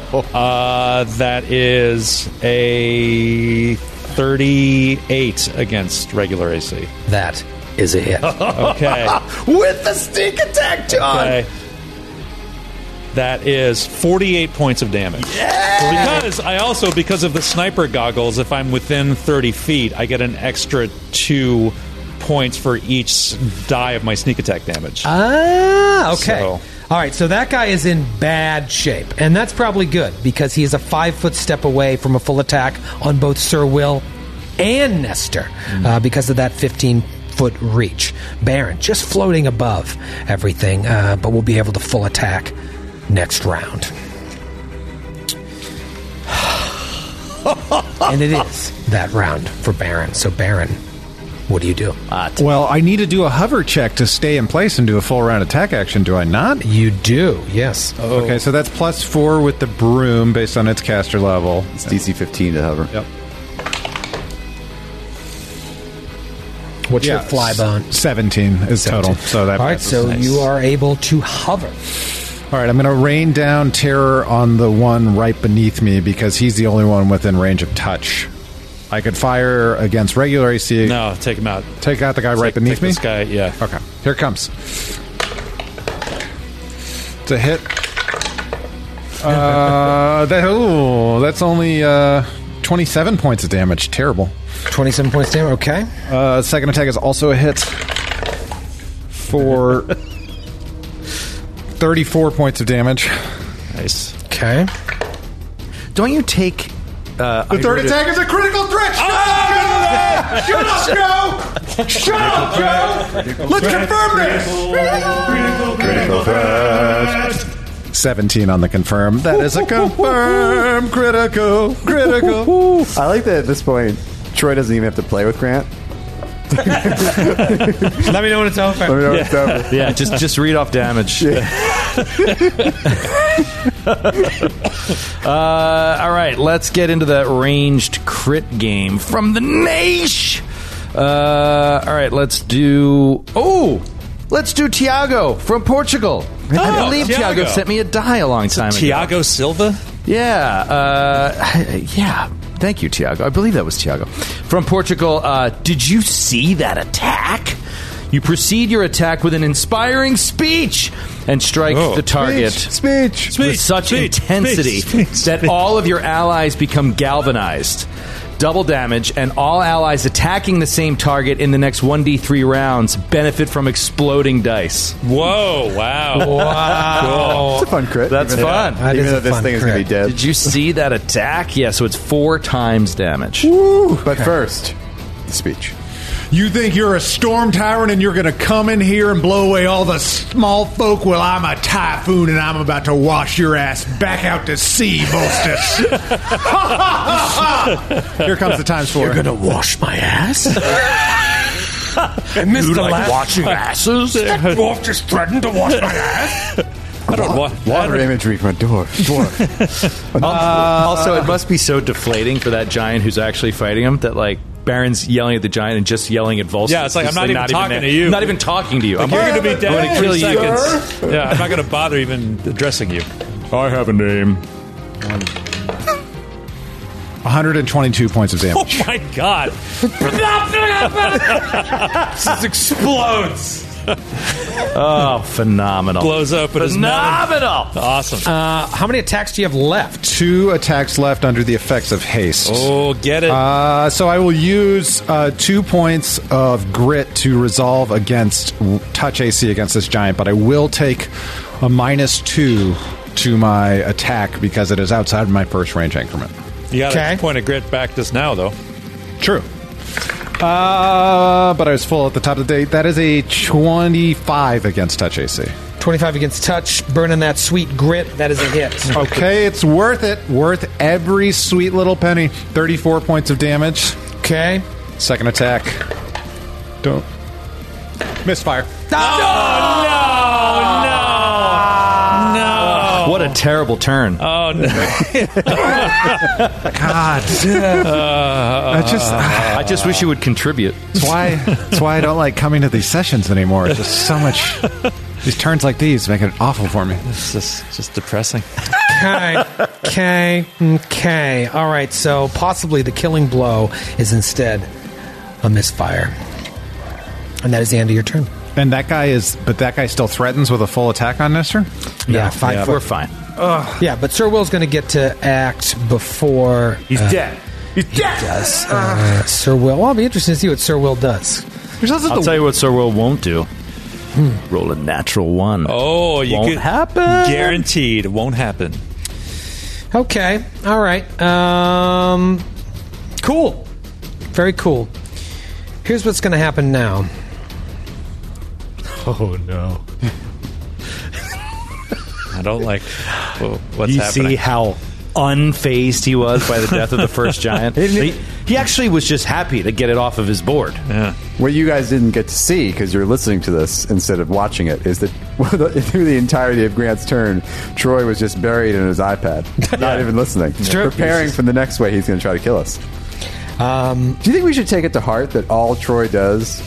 Uh, that is a 38 against regular AC. That is a hit. okay. With the sneak attack, John. Okay. That is 48 points of damage. Because I also, because of the sniper goggles, if I'm within 30 feet, I get an extra two points for each s- die of my sneak attack damage. Ah, okay. So- All right, so that guy is in bad shape, and that's probably good because he is a five foot step away from a full attack on both Sir Will and Nestor Mm-hmm. uh, because of that 15 foot reach. Baron just floating above everything, uh, but will be able to full attack next round. and it is that round for Baron. So, Baron, what do you do? Uh, Well, I need to do a hover check to stay in place and do a full round attack action, do I not? You do, yes. Oh. Okay, so that's plus four with the broom based on its caster level. It's DC 15 to hover. Yep. What's your Yeah, fly s- bone? 17 is total. So that All right, passes. so you are able to hover. All right, I'm going to rain down terror on the one right beneath me because he's the only one within range of touch. I could fire against regular AC. No, take him out. Take out the guy right Take- beneath take me. This guy, yeah. Okay, here it comes. It's a hit. Uh, that oh, that's only uh, 27 points of damage. Terrible. 27 points damage. Okay. Uh, second attack is also a hit for 34 points of damage. Nice. Okay. Don't you take. Uh, The third attack is a critical threat! Shut Ah! up, Joe! Shut up, Joe! Let's confirm this! Critical threat! 17 on the confirm. That is a confirm critical. Critical. I like that at this point, Troy doesn't even have to play with Grant. Let me know when it's over. Let me know when it's over. Yeah, just just read off damage. uh, all right, let's get into that ranged crit game from the niche. Uh, all right, let's do. Oh, let's do Tiago from Portugal. I Oh, believe Tiago. Tiago. sent me a die a long time ago. Tiago Silva? Yeah, uh, yeah. Thank you, Tiago. I believe that was Tiago from Portugal. Uh, did you see that attack? You proceed your attack with an inspiring speech and strike the target Oh. Speech. with such Speech. intensity Speech. that all of your allies become galvanized. Double damage, and all allies attacking the same target in the next 1d3 rounds benefit from exploding dice. Whoa, wow. Wow. It's a fun crit. That's Even though- fun. even though this thing is going to be dead. Did you see that attack? Yeah, so it's four times damage. But first, the speech. You think you're a storm tyrant and you're going to come in here and blow away all the small folk? Well, I'm a typhoon and I'm about to wash your ass back out to sea, Bolstis. here comes the times for You're it. gonna wash my ass? I missed You the like last washing time. asses? That dwarf just threatened to wash my ass. I don't want water imagery from a dwarf. dwarf. Uh, also, it must be so deflating for that giant who's actually fighting him that, like, Baron's yelling at the giant and just yelling at Volstis. Yeah, it's like, I'm not even talking there. to you. Not even talking to you. Like, you're going to be dead I'm in going three to kill you. seconds. Yeah, I'm not going to bother even addressing you. I have a name. 122 points of Oh damage. my god! this explodes. Oh, phenomenal. Blows up and is melted. Phenomenal. Awesome. Uh, how many attacks do you have left? Two attacks left under the effects of haste. Oh, get it. Uh, so I will use uh, two points of grit to resolve against touch AC against this giant, but I will take a minus two to my attack because it is outside my first range increment. you got to point a grit back just now, though. True. Uh, but I was full at the top of the day. That is a 25 against touch AC. 25 against touch, burning that sweet grit. That is a hit. Okay, it's worth it. Worth every sweet little penny. 34 points of damage. Okay. Second attack. Don't. Misfire. What a terrible turn. Oh, no. Uh, God. I just. I just wish you would contribute. That's why. That's why I don't like coming to these sessions anymore. It's just so much. These turns like these make it awful for me. It's just, just depressing. Okay. okay. Okay. All right. So possibly the killing blow is instead a misfire. And that is the end of your turn. And that guy is, but that guy still threatens with a full attack on Nestor. Yeah, five foot. We're fine. Yeah, but Sir Will's going to get to act before. He's uh, dead. He's dead. Does, uh, Sir Will. Well, I'll be interested to see what Sir Will does. I'll tell you what Sir Will won't do. Roll a natural one. Oh, you won't could happen. Guaranteed, it won't happen. Okay. All right. Um, cool. Very cool. Here's what's going to happen now. Oh no! I don't like whoa, what's you happening. see how unfazed he was by the death of the first giant. he, he actually was just happy to get it off of his board. yeah. What you guys didn't get to see because you're listening to this instead of watching it is that through the entirety of Grant's turn, Troy was just buried in his iPad, not even listening, true. preparing for the next way he's going to try to kill us. Um, Do you think we should take it to heart that all Troy does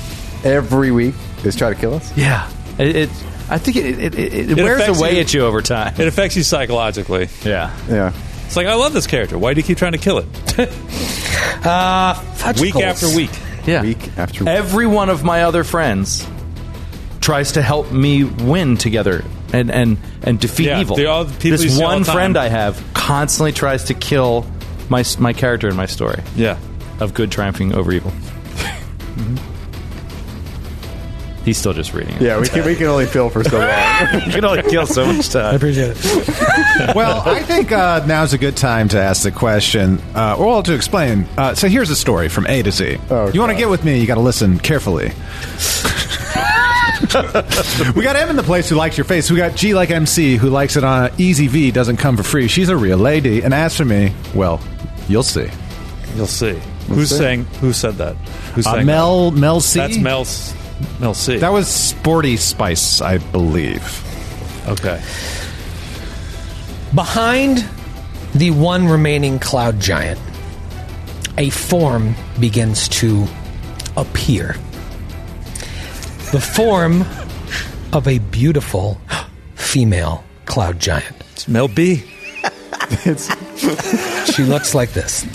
every week is try to kill us? Yeah, it. it I think it, it, it, it It wears affects away you. at you over time. It affects you psychologically. Yeah. Yeah. It's like I love this character. Why do you keep trying to kill it? uh, fudgicles. Week after week. Yeah. Week after week. Every one of my other friends tries to help me win together and and and defeat Yeah, evil. they're all the people you this see all one the time. friend I have constantly tries to kill my s- my character in my story Yeah. of good triumphing over evil. He's still just reading it. Yeah, we can, we can only feel for so long. You can only kill so much I time. appreciate it. well, I think uh, now's a good time to ask the question, uh, or well, to explain. Uh, so here's a story from A to Z. Oh, you want to God. get with me? You got to listen carefully. we got M in the place who likes your face. We got G like MC who likes it on Easy V doesn't come for free. She's a real lady. And as for me, well, you'll see. You'll see. Who's see. saying? Who said that? Who Uh, sang Mel Mel that? C. That's Mel's. Mel C. That was Sporty Spice, I believe. okay. Behind the one remaining cloud giant, a form begins to appear. The form of a beautiful female cloud giant. It's Mel B. it's, She looks like this.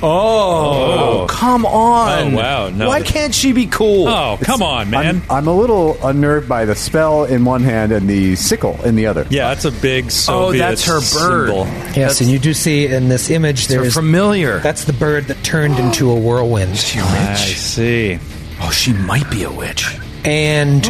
Oh, come on! Oh, wow, no. Why can't she be cool? Oh, come on, man. I'm, I'm a little unnerved by the spell in one hand and the sickle in the other. yeah, that's a big Soviet symbol. Yes, and you do see in this image her there's familiar. That's the bird that turned into a whirlwind. I see. Oh, she might be a witch. And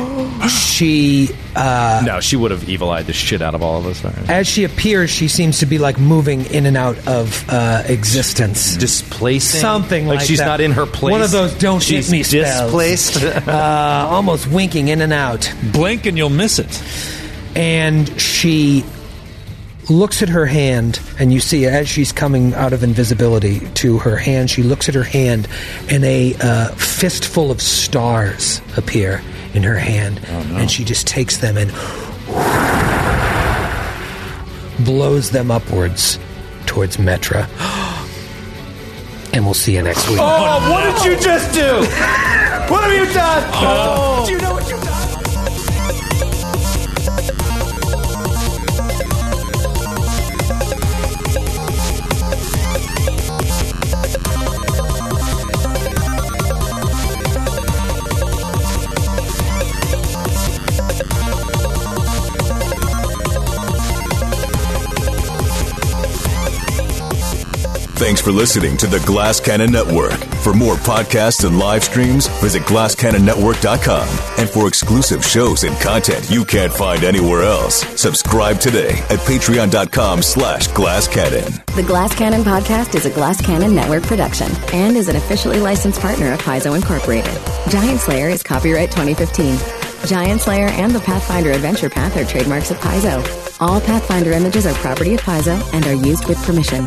she uh, no, she would have evil eyed the shit out of all of us. Right? As she appears, she seems to be like moving in and out of uh, existence, displacing something Like like, she's that. not in her place? One of those don't She's hit me spells. displaced? uh, almost winking in and out. Blink and you'll miss it. And she looks at her hand, and you see as she's coming out of invisibility to her hand, she looks at her hand, and a uh, fistful of stars appear in her hand, Oh, and she just takes them and blows them upwards towards Metra. and we'll see you next week. Oh, what did you just do? what have you done? Oh. Do you know what you Thanks for listening to the Glass Cannon Network. For more podcasts and live streams, visit glasscannonnetwork.com. And for exclusive shows and content you can't find anywhere else, subscribe today at patreon.com slash glasscannon. The Glass Cannon Podcast is a Glass Cannon Network production and is an officially licensed partner of Paizo Incorporated. Giant Slayer is copyright 2015. Giant Slayer and the Pathfinder Adventure Path are trademarks of Paizo. All Pathfinder images are property of Paizo and are used with permission.